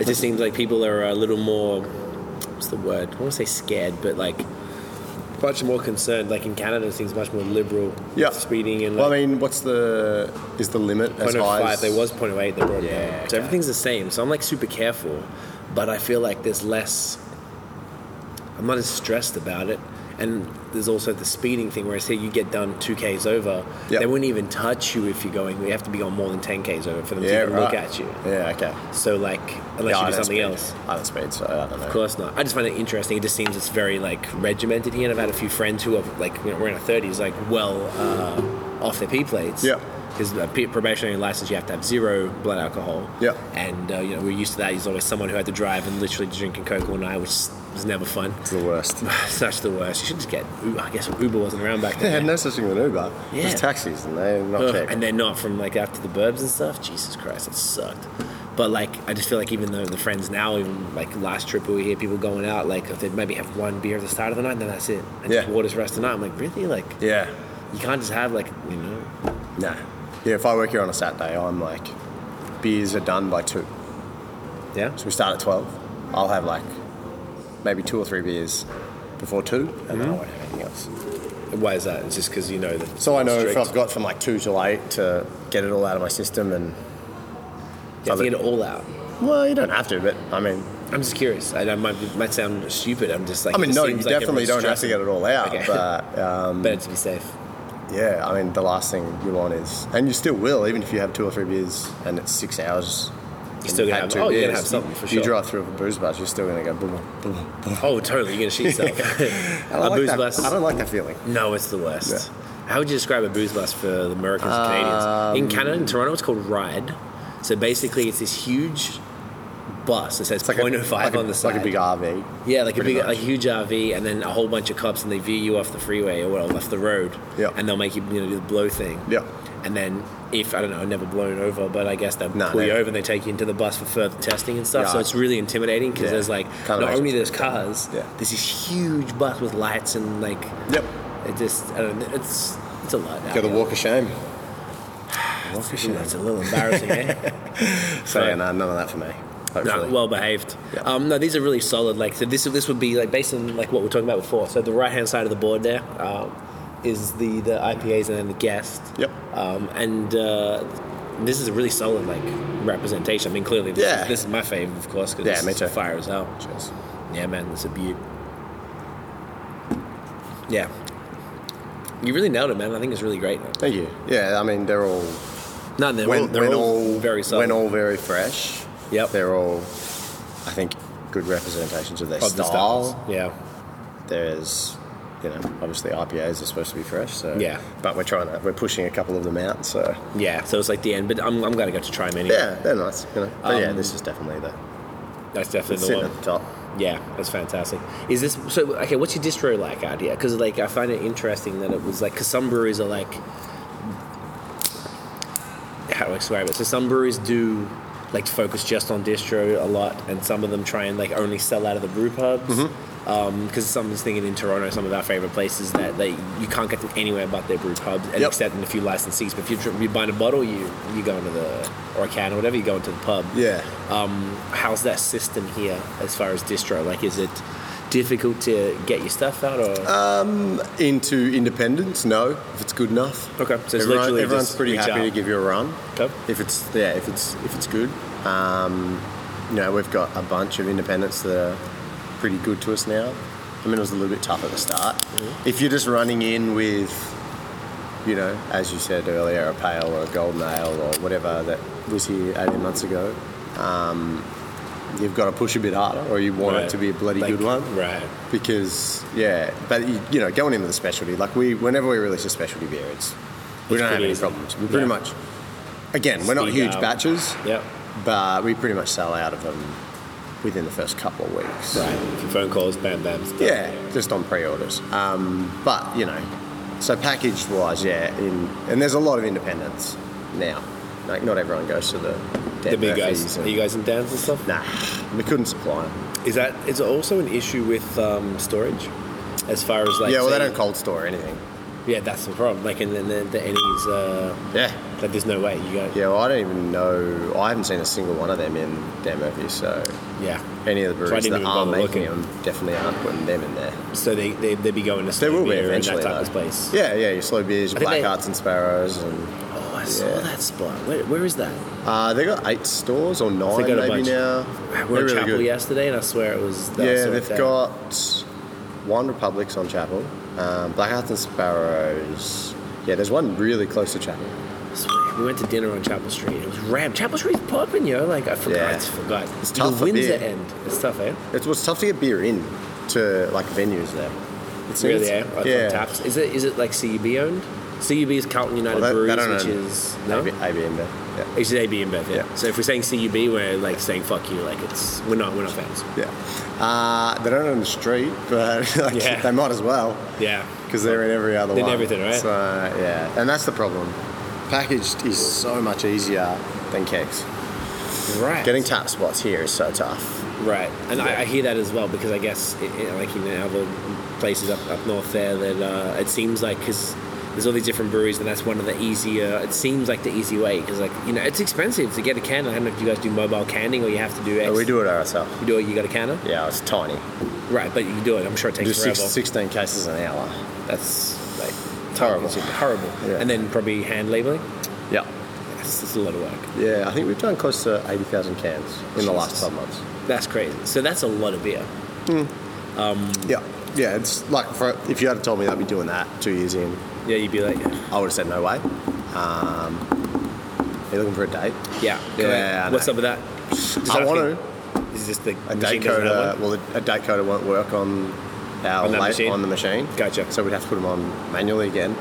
It just seems like people are a little more. What's the word? I want to say scared, but like much more concerned. Like in Canada, it seems much more liberal. with
yeah.
speeding and like
well, I mean, what's the is the limit as high?
0.05.
as,
There was 0.08. They brought it
Yeah,
down. So
okay.
everything's the same. So I'm like super careful, but I feel like there's less. I'm not as stressed about it, and there's also the speeding thing. Whereas here, you get done two k's over,
Yep.
they wouldn't even touch you if you're going. We have to be on more than ten k's over for them
yeah,
to even
right.
look at you.
Yeah, okay.
So like, unless
Yeah, I
you do
don't
something
speed.
else.
I don't speed, so I don't know.
Of course not. I just find it interesting. It just seems it's very like regimented here. And I've had a few friends who are like, you know, we're in our thirties, like well uh, off their P plates.
Yeah.
Because a P- probationary license, you have to have zero blood alcohol.
Yeah.
And uh, you know, we're used to that. There's always someone who had to drive and literally drinking coke all night, which was never fun.
It's the worst.
Such the worst. You should just get. Uber. I guess Uber wasn't around back
They
then.
had no such thing as an Uber. It
Yeah.
was taxis, and they're not
Ugh,
cheap.
and they're not from like after the burbs and stuff. Jesus Christ, it sucked. But like, I just feel like even though the friends now, even like last trip we were here, people going out, like if they maybe have one beer at the start of the night, then that's it. And just
Yeah.
waters the rest of the night. I'm like, really? Like,
yeah,
you can't just have like, you know,
no. Yeah, if I work here on a Saturday, I'm like, beers are done by two.
yeah.
So we start at 12. I'll have like maybe two or three beers before two, and then I
Mm-hmm.
won't have anything else.
Why is that? It's just because you know that.
So I know if
strict.
I've got from like two till eight to get it all out of my system, and
you have to get it all out.
well, you don't have to, but I mean,
I'm just curious. I, I might might sound stupid. I'm just like.
I mean,
it
no, you
seems like
definitely don't
everyone's
have to get it all out,
Okay.
but um,
Better to be safe.
yeah, I mean, the last thing you want is, and you still will, even if you have two or three beers and it's six hours. and
still gonna
had
have-
two
oh, you're gonna
beers,
have something for
you-
sure.
You drive through a booze bus, you're still gonna go boom, boom, boom.
Oh, totally. You're gonna shoot yourself.
I don't,
A
like
booze
that.
bus.
I don't like that feeling.
No, it's the worst. How would you describe a booze bust for the Americans and
Um,
Canadians? In Canada, in Toronto, it's called Ride. So basically, it's this huge bus that says
It's like a-
0.05
like a-
on the side.
Like a big RV.
Yeah, like a
pretty
big,
much.
a huge RV, and then a whole bunch of cops, and they view you off the freeway or well, off the road.
Yeah.
And they'll make you, you know, do the blow thing.
Yeah.
And then if I don't know, never blown over, but I guess they'll
No,
pull you
no.
over and they take you into the bus for further testing and stuff.
Yeah.
So it's really intimidating because
Yeah.
there's like
Can't
not
imagine.
only there's cars,
Yeah.
there's this huge bus with lights and like
Yep.
it just I don't know, it's it's a lot. out
Got the
here.
walk of shame.
Ooh, That's a little embarrassing. eh?
So yeah,
Right.
no, none of that for me.
No,
Hopefully.
well behaved.
Yeah.
Um, no, these are really solid. Like so this, this would be like based on like what we we're talking about before. So the right hand side of the board there um, is the the IPAs and then the guest.
Yep.
Um, and uh, this is a really solid like representation. I mean, clearly this,
Yeah.
is, this is my favorite, of course, because
Yeah,
this
me
is
too.
fire as hell.
Cheers.
Yeah, man, this is a beaut. Yeah. You really nailed it, man. I think it's really great.
Thank you. Yeah, I mean they're all
No, they're, all,
when,
they're
when
all, very solid.
When all very fresh.
Yep.
They're all, I think, good representations of their
Of the
style.
styles. Yeah.
There's, you know, obviously IPAs are supposed to be fresh. So
Yeah.
But we're trying to we're pushing a couple of them out. So
Yeah. So it's like the end, but I'm, I'm glad I got to try many.
yeah, they're nice. You know. But yeah,
Um,
this is definitely the
That's definitely the
sitting
one.
at the top.
Yeah, that's fantastic. Is this so? Okay, what's your distro like out here? Because like I find it interesting that it was like because some breweries are like how do I describe it? So some breweries do like focus just on distro a lot, and some of them try and like only sell out of the brew pubs. Um, because someone's thinking in Toronto, some of our favorite places that they you can't get them anywhere but their brew pubs, and
Yep.
except in a few licensees. But if you're, dr- you're buying a bottle, you you go into the or a can or whatever, you go into the pub
Yeah.
um, how's that system here as far as distro? Like, is it difficult to get your stuff out, or
Uh, Into independence, no. If it's good enough.
Okay, so it's
Everyone-
literally
everyone's
just
pretty
reach
happy
out.
to give you a run.
Okay.
If it's yeah, if it's if it's good. Um, you know, we've got a bunch of independents that are pretty good to us now. I mean, it was a little bit tough at the start. If you're just running in with, you know, as you said earlier, a pale or a golden ale or whatever that was here 18 months ago, um, you've got to push a bit harder, or you want it
Right.
to be a bloody
Like,
good one
Right.
because yeah, but you, you know, going in with a specialty, like we whenever we release a specialty beer, it's we
It's
don't have
pretty
any
easy.
problems. We
Yeah.
pretty much again, we're not
Speed
huge
up.
batches,
Yep.
but we pretty much sell out of them within the first couple of weeks.
Right. A few phone calls, bam, bam. stuff.
Yeah, just on pre-orders. Um, but you know, so packaged wise, yeah, in, and there's a lot of independence now. Like not everyone goes to the
The
Dan
big
Murphys
guys. Are
and-
you guys in dance and stuff?
Nah, we couldn't supply 'em.
Is that is it also an issue with um, storage? As far as like
yeah, well, they
say-
don't cold store anything.
Yeah, that's the problem. Like, and then the, the Ennies, uh,
Yeah.
like there's no way you go.
Yeah, well, I don't even know. I haven't seen a single one of them in Dan Murphy, so
Yeah.
any of the
So I
breweries
didn't even
that are
bother
making
looking.
them definitely aren't putting them in there.
So they they they be going to
There
Slow
will be
Beer and
eventually.
that type
though.
of place.
Yeah, yeah, your slow beers, your
I think
black
they-
hearts and sparrows, and
Oh, I saw
Yeah.
that spot. Where, where is that?
uh, they got eight stores or nine
got a
maybe
bunch.
now.
We
They're
were in
really
Chapel
good.
yesterday, and I swear it was. that was
yeah,
sort
they've
of-
got one Republics on Chapel, um, black hearts and sparrows. Yeah, there's one really close to Chapel.
We went to dinner on Chapel Street. It was rammed. Chapel Street's popping, yo. Like I forgot,
Yeah.
I forgot.
It's tough
The
for
Windsor
beer.
end. It's tough, eh?
It's, well, it's tough to get beer in to like venues there. It's
Really, eh?
it's-
Like, on Taps. Is it? Is it like CUB owned? CUB is Carlton United
Well, that-
Breweries,
that I
which
don't know.
is no.
AB, ABM beer. Yeah.
It's just AB and Bev, yeah.
Yeah.
So if we're saying CUB, we're like saying fuck you. Like it's we're not we're not fans.
Yeah. Uh, they don't own the street, but like,
Yeah.
they might as well
Yeah.
because they're in every other
They're in
one.
everything, right?
So, yeah, and that's the problem. Packaged is so much easier than kegs.
Right.
Getting tap spots here is so tough.
Right, and I, I hear that as well because I guess i i like in other places up, up north there that uh, it seems like because there's all these different breweries and that's one of the easier. It seems like the easy way because like you know it's expensive to get a can. I don't know if you guys do mobile canning or you have to do. X.
But we do it ourselves.
You do it. You got a canner.
Yeah, it's tiny.
Right, but you can do it. I'm sure it
We do
takes forever.
six, 16 cases an hour.
That's like
It's horrible.
it's horrible.
Yeah.
And then probably hand labeling.
Yeah.
That's, that's a lot of work.
Yeah, I think we've done close to 80,000 cans in the last
Jesus.
12 months.
That's crazy. So that's a lot of beer.
Yeah. Yeah, it's like for, if you had told me I'd be doing that two years in,
Yeah, you'd be like,
I would have said no way. Um, are you looking for a date?
yeah,
Yeah, I
correct. What's
know.
up with that? Does
I
that thing-
want to.
Is this the
A date
machine doesn't have one?
coder, well, a date coder won't work on our
On that
late-
machine?
on the machine.
Gotcha.
So we'd have to put them on manually again.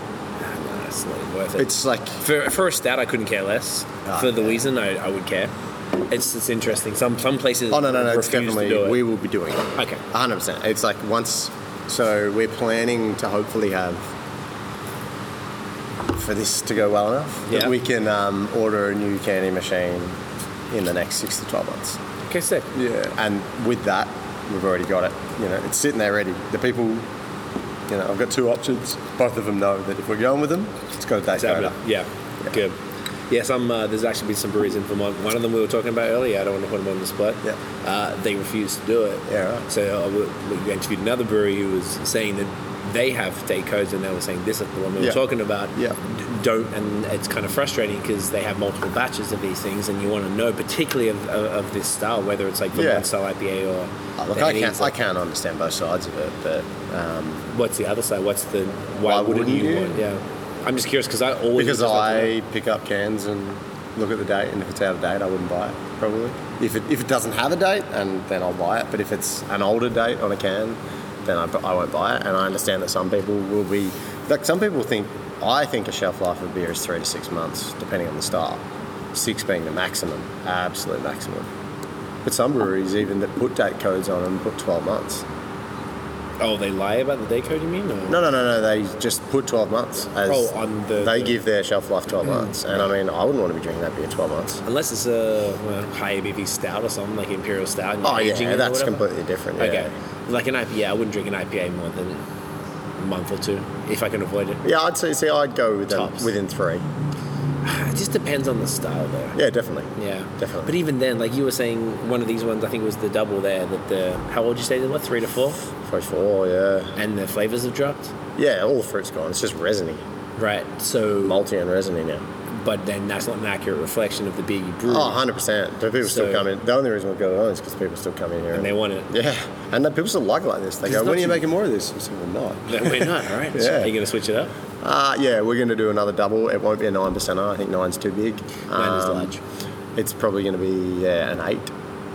it's not even worth it.
It's like
for, for a stat, I couldn't care less.
Ah,
for the
yeah.
reason, I, I would care. It's it's interesting. Some some places
Oh no, no, no! It's
refuse to do
definitely
it.
we will be doing it.
Okay.
hundred percent. It's like once. So we're planning to hopefully have for this to go well enough
Yeah.
that we can um, order a new candy machine in the next six to twelve months.
okay, sick.
Yeah. And with that, we've already got it. You know, it's sitting there ready. The people, you know, I've got two options. Both of them know that if we're going with them, it's got a date
Exactly.
going up.
Yeah. Good. Yeah, some uh, there's actually been some breweries in Vermont. One of them we were talking about earlier. I don't want to put them on the spot.
Yeah.
Uh, they refused to do it.
Yeah, right.
So uh, we, we interviewed another brewery who was saying that they have date codes, and they were saying this is the one we were
Yeah.
talking about.
Yeah.
D- Don't, and it's kind of frustrating because they have multiple batches of these things, and you want to know, particularly of, of, of this style, whether it's like Vermont
Yeah.
style IPA or.
Uh, Look,
the
I
Hennies,
can't, I
like,
can't understand both sides of it, but um,
What's the other side? What's the why,
Why
wouldn't,
wouldn't
you,
you?
want? Yeah. I'm just curious because I always
because
just like to know.
I pick up cans and look at the date, and if it's out of date, I wouldn't buy it probably. If it if it doesn't have a date, and then I'll buy it. But if it's an older date on a can, then I, I won't buy it. And I understand that some people will be like some people think. I think a shelf life of beer is three to six months, depending on the style. Six being the maximum, absolute maximum. But some breweries even that put date codes on them put twelve months.
Oh, they lie about the day code, you mean? Or?
No, no, no, no. They just put 12 months. As
Oh, on the- Hmm.
They give their shelf life 12 months. And I mean, I wouldn't want to be drinking that beer 12 months.
Unless it's a well, high ABV stout or something, like Imperial Stout. and
Oh,
you're aging it
yeah,
or
that's
whatever.
completely different. Yeah.
Okay. Like an IPA, I wouldn't drink an IPA more than a month or two if I can avoid it.
Yeah, I'd say, see, I'd go with them
Tops.
within three.
It just depends on the style, though.
Yeah, definitely.
Yeah.
Definitely.
But even then, like you were saying, one of these ones, I think it was the double there, that the, how old you say they were? Three to four?
Probably four, yeah.
And the flavors have dropped?
Yeah, all the fruit's gone. It's just resiny.
Right. So,
Malty and resiny now.
but then that's not an accurate reflection of the beer you brew.
Oh, 100%. The people
Hmm. So-
still come in. The only reason we've got it on is because people still come in here.
And they want it.
Yeah. And the people still like it like this. They
Because it's
go, when
not
are you
cheap.
making more of this? I said, well, not.
No, we're not, all right?
Yeah.
Are you going to switch it up?
Uh, yeah, we're going to do another double. It won't be a nine percenter. I think nine's too big. Um,
Nine is large.
It's probably going to be yeah, an eight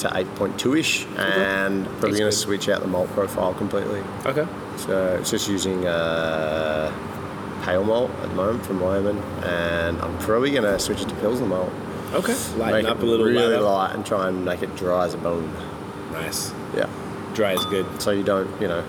to eight point two ish, and
Eight's
probably going
good.
to switch out the malt profile completely.
Okay.
So it's just using uh, pale malt at the moment from Wyoming, and I'm probably going to switch it to pilsner malt.
Okay. Lighten
Make
up
it
a little
really
lighter.
light, and try and make it dry as a bone.
Nice.
Yeah,
Dry is good.
so you don't you know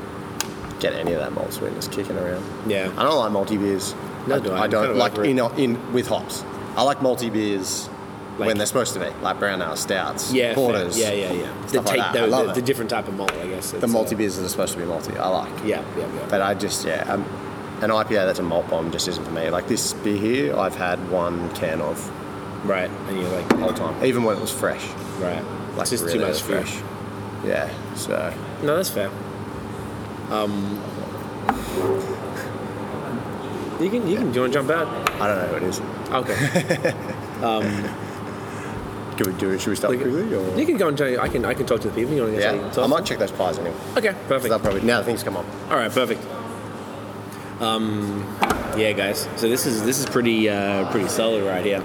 get any of that malt sweetness kicking around.
Yeah.
I don't like multi beers.
No,
I,
do I.
I don't
Kind of
like
over it.
in, in with hops. I like multi beers
Like-
when they're supposed to be, like brown ale, stouts,
Yeah, fair.
porters.
Yeah, yeah, yeah. The,
stuff like
take,
that.
the,
I love
the,
it.
the different type of malt, I guess. uh,
The multi beers that are supposed to be multi, I like.
Yeah, yeah, yeah.
But I just yeah, um, an IPA that's a malt bomb just isn't for me. Like this beer here, I've had one can of
right, and you're like,
the whole time, even when it was fresh.
right.
Like
it's just
really
too much
fresh.
fresh.
Yeah, so
No, that's fair. Um, you can, you can, do you want to jump out?
I don't know what it is.
Okay.
Can we do it? Should we start quickly? Or?
you can go and tell I can, I can talk to the people. You want to
Yeah, I might check those pies anyway.
Okay, perfect.
They'll probably now things come on.
All right, perfect. Um, yeah, guys. So this is this is pretty uh, pretty solid right here.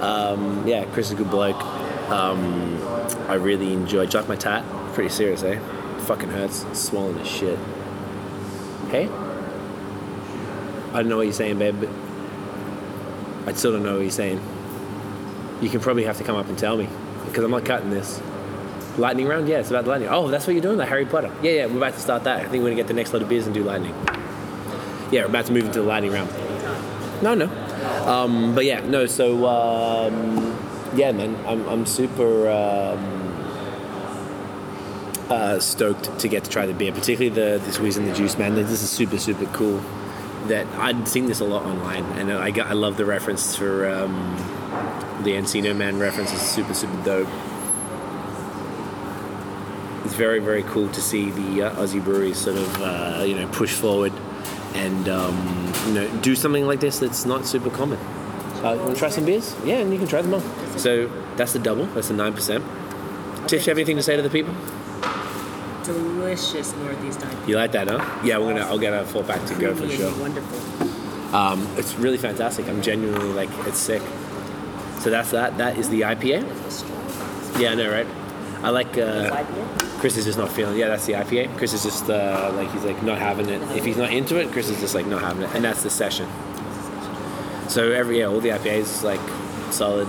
Um, yeah, Chris is a good bloke. Um, I really enjoyed. Jack my tat. Pretty serious, eh? Fucking hurts. It's swollen as shit. Hey. I don't know what you're saying, babe, but I still don't know what you're saying. You can probably have to come up and tell me because I'm not cutting this. Lightning round? Yeah, it's about the lightning. Oh, that's what you're doing, the Harry Potter. Yeah, yeah, we're about to start that. I think we're gonna get the next lot of beers and do lightning. Yeah, we're about to move into the lightning round. No, no. Um, but yeah, no. So um, yeah, man, I'm, I'm super um, uh, stoked to get to try the beer, particularly the the squeeze and the juice, man. This is super super cool. That I'd seen this a lot online, and I got, I love the reference for um, the Encino Man reference is super super dope it's very very cool to see the uh, Aussie breweries sort of uh, you know push forward and um, you know do something like this that's not super common. Uh, you want to try some beers? Yeah, and you can try them all. So that's the double. That's the nine percent. Tish, you have anything to say to the people?
Delicious Northeast IPA.
You like that, huh? Yeah, we're gonna. I'll get a full pack to go for
Creamy
sure.
and Wonderful.
Um, it's really fantastic. I'm genuinely like it's sick. So that's that. That is the IPA. Yeah, I know, right? I like. Uh, Chris is just not feeling. Yeah, that's the IPA. Chris is just uh, like he's like not having it. If he's not into it, Chris is just like not having it, and that's the session. So every yeah, all the IPAs is like solid,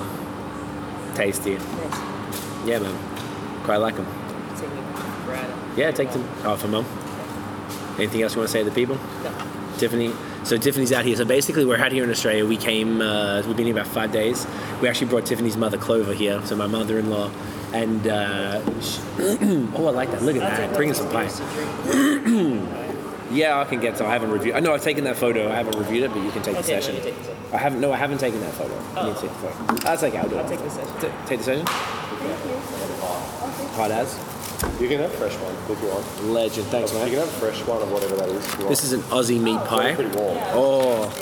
tasty. Yeah, man, quite like them.
Take me for granted.
Yeah, take them. Oh, for mum. Anything else you want to say to the people?
No.
Tiffany. So Tiffany's out here. So basically, we're out here in Australia. We came. Uh, we've been here about five days. We actually brought Tiffany's mother Clover here. So my mother-in-law. And uh, sh oh, I like that. Look at
I'll take
that. Bring us
those
some pie.
beers to drink.
Yeah, I can get some. I haven't reviewed. I know I've taken that photo. I haven't reviewed it, but you can take the
Okay, let me
session.
take this one.
I haven't. No, I haven't taken that photo. I need to
Oh.
take the photo. That's okay. I'll do
I'll
it.
take the session.
T- take the session. Hot as
You can have fresh one if you want.
legend. Thanks,
You can
man.
have fresh one or whatever that is. If you want.
This is an Aussie meat pie.
pretty warm.
Oh,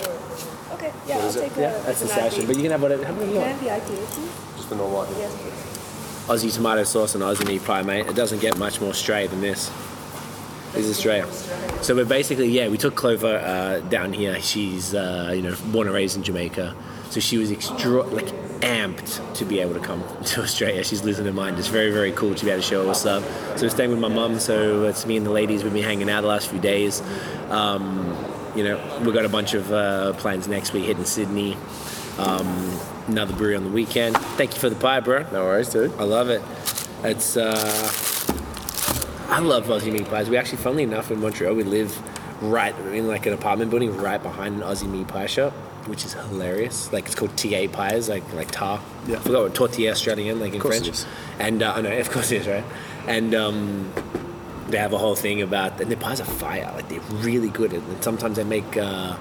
Okay, yeah, I'll take a.
yeah, that's the session. But you can have whatever, have whatever you want.
Can I have the IPA, please?
Just the normal. idea.
Yes, please.
Aussie tomato sauce and Aussie meat pie, mate. It doesn't get much more stray than this. This is Australia. So we're basically, yeah, we took Clover uh, down here. She's, uh, you know, born and raised in Jamaica. So she was extra, like, amped to be able to come to Australia. She's losing her mind. It's very, very cool to be able to show us up. So we're staying with my mum. So it's me and the ladies. We've been hanging out the last few days. Um, you know, we've got a bunch of uh, plans next week hitting Sydney. Um, another brewery on the weekend. Thank you for the pie, bro.
No worries, dude.
I love it. It's uh, I love Aussie meat pies. We actually, funnily enough, in Montreal, we live right in like an apartment building right behind an Aussie meat pie shop, which is hilarious. Like it's called TA pies, like like tar.
Yeah.
I forgot what tortilla Australian, like in
course
French.
it is.
And uh, I know, of course it is, right? And um, they have a whole thing about and their pies are fire. Like they're really good, and sometimes they make. Uh,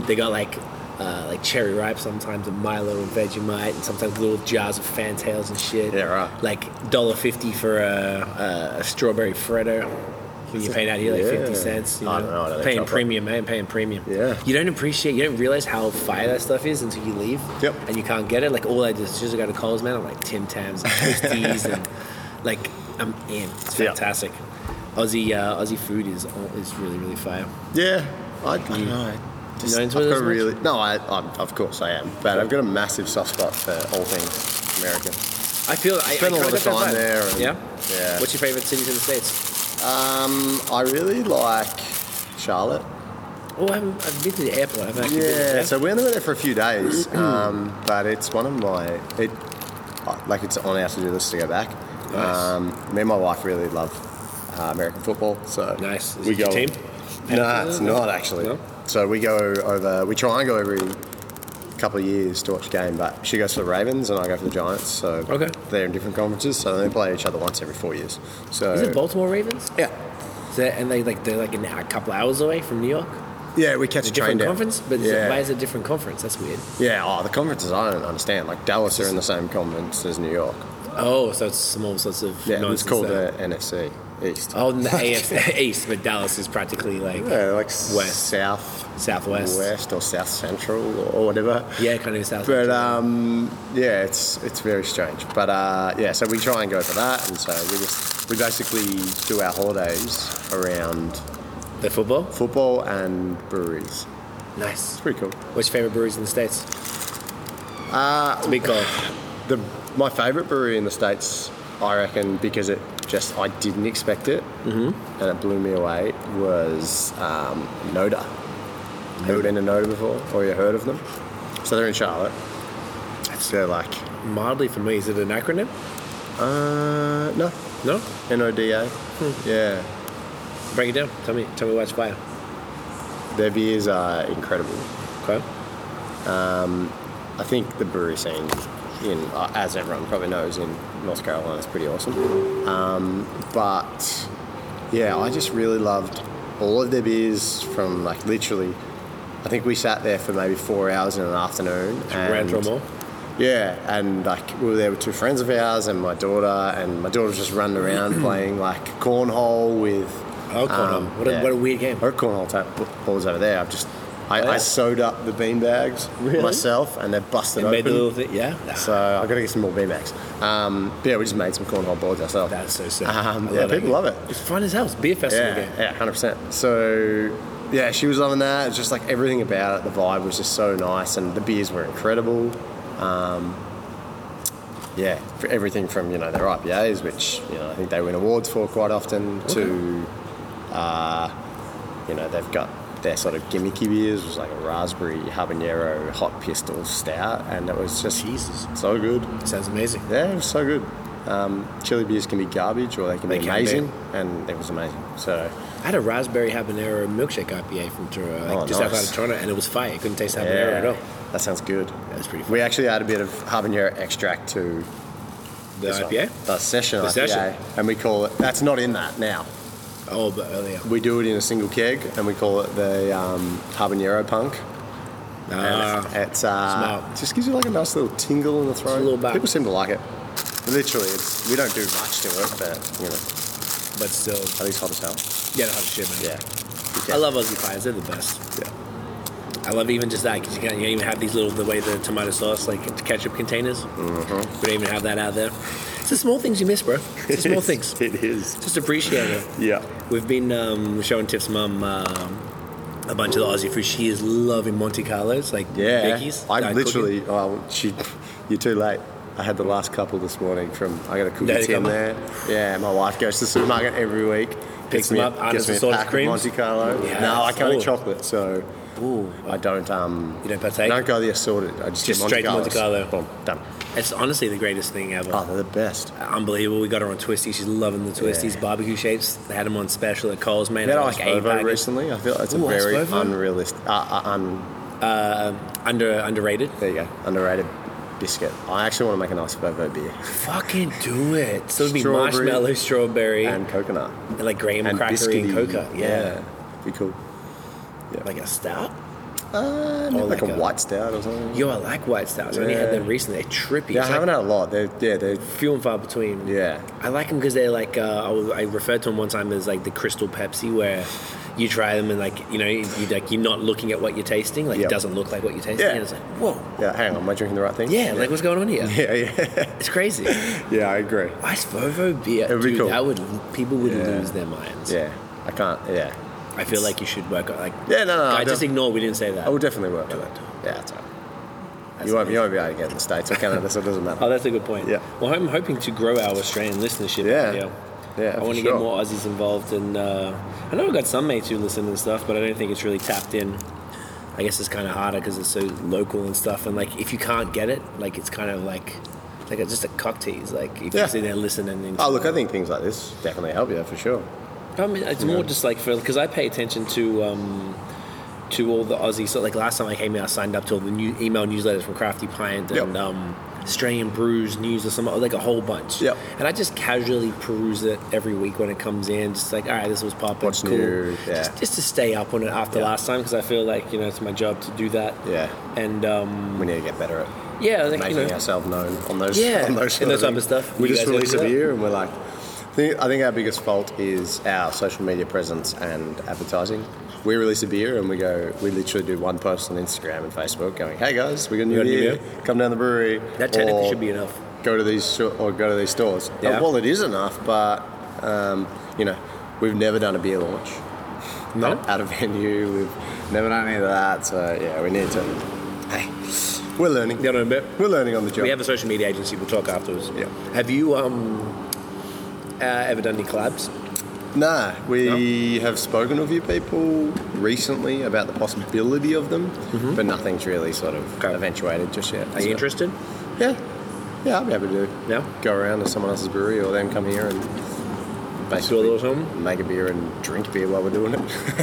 they got like uh, like cherry ripe sometimes and Milo and Vegemite and sometimes little jars of fantails and shit.
Yeah, right.
Like dollar fifty for a, a strawberry freddo. When you pay out here like fifty
Yeah.
cents, you
I don't know, I don't think
paying
I'll-
premium, man, paying premium.
Yeah.
you don't appreciate, you don't realize how fire that stuff is until you leave.
Yep.
and you can't get it. Like all I just just go to Coles, man. I'm like Tim Tams, and Twisties, and like I'm in. It's
Yeah.
fantastic. Aussie uh, Aussie food is is really really fire.
Yeah, I, I don't know. Just,
Not
I've
into
got
it as
a
much?
really no. I, I'm, of course I am, but I've got a massive soft spot for all things American.
I feel I
Spent
I
a lot
kinda
of
got that
time
vibe.
there and-
yeah.
Yeah.
What's your favorite cities in the states?
Um, I really like Charlotte.
Oh, I haven't, I've been to the airport. I've actually been there.
So we only went there for a few days, um, but it's one of my it like it's on our to do list to go back.
Nice.
Um, me and my wife really love uh, American football, so
Nice. Is
we
it your
go
team?
No, it's not actually.
No?
So we go over. We try and go every couple of years to watch a game, but she goes for the Ravens and I go for the Giants. So
Okay.
they're in different conferences, so they play each other once every four years. So
Is it Baltimore Ravens?
Yeah.
Is that, and they like they're like an, a couple hours away from New York.
Yeah, we
It's
catch
a
a train
different
down.
conference, but is
yeah.
it, why is it a different conference? That's weird.
Yeah, oh, the conferences I don't understand. Like Dallas are in the same conference as New York.
Oh, so it's small sorts of
Yeah, it's
nonsense
called
there.
uh, the NFC East.
Oh, and the AFC East, but Dallas is practically like
yeah, like
West.
south,
Southwest.
west or south central or whatever.
Yeah, kind of south.
But um, yeah, it's it's very strange. But uh, yeah, so we try and go for that, and so we just we basically do our holidays around
the football.
football and breweries.
Nice.
Pretty cool.
What's your favorite breweries in the states? Uh, it's a big call.
The my favorite brewery in the states, I reckon, because it just I didn't expect it, and it blew me away. Was um, Noda. Have you been to Noda before, or you heard of them? So they're in Charlotte. So uh, like,
Mildly for me, is it an acronym?
uh, no,
No.
N O D A. Yeah,
Break it down. Tell me. Tell me why it's fire.
their beers are incredible.
Okay.
I think the brewery scene in, uh, as everyone probably knows, in North Carolina is pretty awesome. Um, but yeah, I just really loved all of their beers from like literally. I think we sat there for maybe four hours in an afternoon.
Grand
and-
Rommel.
Yeah, and like we were there with two friends of ours and my daughter, and my daughter was just running around playing like cornhole with.
Oh, cornhole. What a- what a weird game.
Or cornhole type balls over there. I've just. I,
Oh, yeah.
I sewed up the bean bags
Really?
myself and they're busted
And
open.
made the little thing. Yeah.
So I've got to get some more BMAX. Um, but yeah, we just made some cornhole boards ourselves.
That's so sick.
Um,
I
yeah,
love that
people
game.
love it.
It's fun as hell. It's a beer festival
Yeah,
game.
yeah, hundred percent. So yeah, she was loving that. It's just like everything about it. The vibe was just so nice, and the beers were incredible. Um, yeah, for everything from you know their IPAs, which you know I think they win awards for quite often, to uh, you know they've got their sort of gimmicky beers was like a raspberry habanero hot pistol stout, and it was just
Jesus.
so good.
Sounds amazing.
Yeah, it was so good. Um, chili beers can be garbage or they can
They
be
can be.
amazing, and it was amazing. So
I had a raspberry habanero milkshake IPA from Toronto, like
Oh,
just outside
nice.
of Toronto, and it was fire. It couldn't taste habanero
yeah,
at all.
that sounds good.
That's pretty
We actually add a bit of habanero extract to
The
this one.
IPA?
the session
The
IPA,
session.
and we call it. That's not in that now.
Oh, but earlier.
We do it in a single keg, and we call it the um, habanero punk.
Ah,
And it's uh,
Smart.
just gives you like a nice little tingle in the throat.
little bit.
People seem to like it. Literally, it's, we don't do much to it, but you know,
but still,
at least hot as hell.
yeah, hot shit, man.
Yeah.
I love Aussie pies. They're the best.
Yeah.
I love even just that because you can't you even have these little the way the tomato sauce like the ketchup containers. Mm-hmm. We don't even have that out there. It's the small things you miss, bro. It's the small things.
It is.
Just appreciate it.
Yeah.
We've been um, showing Tiff's mum um, a bunch of the Aussie food. She is loving Monte Carlos, like
Yeah.
Vicky's.
I
uh,
literally. Oh, she. You're too late. I had the last couple this morning from. I got
They
a cookie
had a
tin
couple?
there. Yeah. My wife goes to the supermarket every week.
Picks
gets me
them
a-
up, Arnold's
Gets me a
Assorted
pack of
Creams.
Monte Carlo.
Yeah,
no, I can't
oh.
eat chocolate, so
Ooh.
I don't. Um.
You don't partake?
I don't go the assorted. I just,
Just
get
straight
Monte
Monte
Carlos.
Carlo.
Boom. Done.
It's honestly the greatest thing ever.
Oh, they're the best.
Unbelievable. We got her on Twisties. She's loving the Twisties
Yeah.
barbecue shapes. They had them on special at Coles, man.
I had
They're
Ice
eight
Bobo
baggers.
recently. I feel it's
Ooh,
a
Ice
very
Bobo?
unrealistic, uh, uh, un,
Under underrated.
there you go, underrated biscuit. I actually want to make an Ice Bobo beer
Fucking do it. So it'd be
Strawberry.
marshmallow, strawberry, and,
and coconut
like graham
and
cracker and
biscuity.
coca. Yeah.
be cool.
Like a stout.
Uh,
Or
or like,
like
a,
a-
white stout or something.
Yo, I like white stouts. I only had
Yeah.
them recently. They're trippy.
yeah, I
It's
haven't
like
had a lot. They're, yeah, they're
few and far between.
yeah.
I like them because they're like uh, I, was- I referred to them one time as like the crystal Pepsi, where you try them and like you know you like you're not looking at what you're tasting, like
Yeah.
it doesn't look like what you're tasting,
Yeah.
and it's like whoa,
Yeah, hang on, am I drinking the right thing?
yeah, like what's going on here?
yeah, yeah,
It's crazy.
yeah. I agree.
Ice Vovo beer,
It'd be
dude,
cool.
that would people would
Yeah.
lose their minds.
Yeah, I can't. Yeah,
I feel like you should work on like.
yeah. No, no.
I
I'll
just
def-
ignore we didn't say that.
I will definitely work on
Do
it.
it.
Yeah, that's all right.
That's
You won't, you
amazing.
won't be able to get it in the states or Canada, so it doesn't matter.
Oh, that's a good point.
Yeah.
Well, I'm hoping to grow our Australian listenership.
Yeah.
Yeah.
Yeah,
I
for
want to
sure.
get more Aussies involved, and uh, I know I've got some mates who listen and stuff, but I don't think it's really tapped in. I guess it's kind of harder because it's so local and stuff, and like if you can't get it, like it's kind of like it's like a, just a cock tease. Like if
Yeah.
you sit there and listen and then
Oh, look, I think things like this definitely help you for sure.
I mean, it's more just like for because I pay attention to um, to all the Aussie. So like last time I came here, I signed up to all the new email newsletters from Crafty Pint and
Yep.
um, Australian Brews News or something like a whole bunch.
Yep.
And I just casually peruse it every week when it comes in. Just like all right, this was popping.
What's
cool.
new, yeah.
Just, just to stay up on it after
Yeah.
last time because I feel like you know it's my job to do that.
Yeah.
And um,
We need to get better at
yeah, like, you
making
know,
ourselves known on those.
Yeah,
on those
and those
sort
type of stuff.
We
You
just
guys ever
release
do
a
that?
beer and we're like, I think, I think our biggest fault is our social media presence and advertising. We release a beer and we go, we literally do one post on Instagram and Facebook going, hey guys, we got a new,
got a new
beer.
beer?
Come down the brewery.
that technically
or
should be enough.
Go to these sho- or go to these stores.
Yeah.
Well, it is enough, but um, you know, we've never done a beer launch.
No?
At, at a venue, we've never done any of that. So yeah, we need to. Hey, we're learning.
Get on a bit.
We're learning on the job.
We have a social media agency. We'll talk afterwards.
Yeah.
Have you um, uh, ever done any collabs?
Nah, we have spoken to a few people recently about the possibility of them, but nothing's really sort of
Mm-hmm. Okay.
eventuated just yet.
Are you
So-
interested?
Yeah, yeah, I'd be happy to
Yeah?
go around to someone else's brewery or them come here and
Do a
basically
little something.
make a beer and drink beer while we're doing it.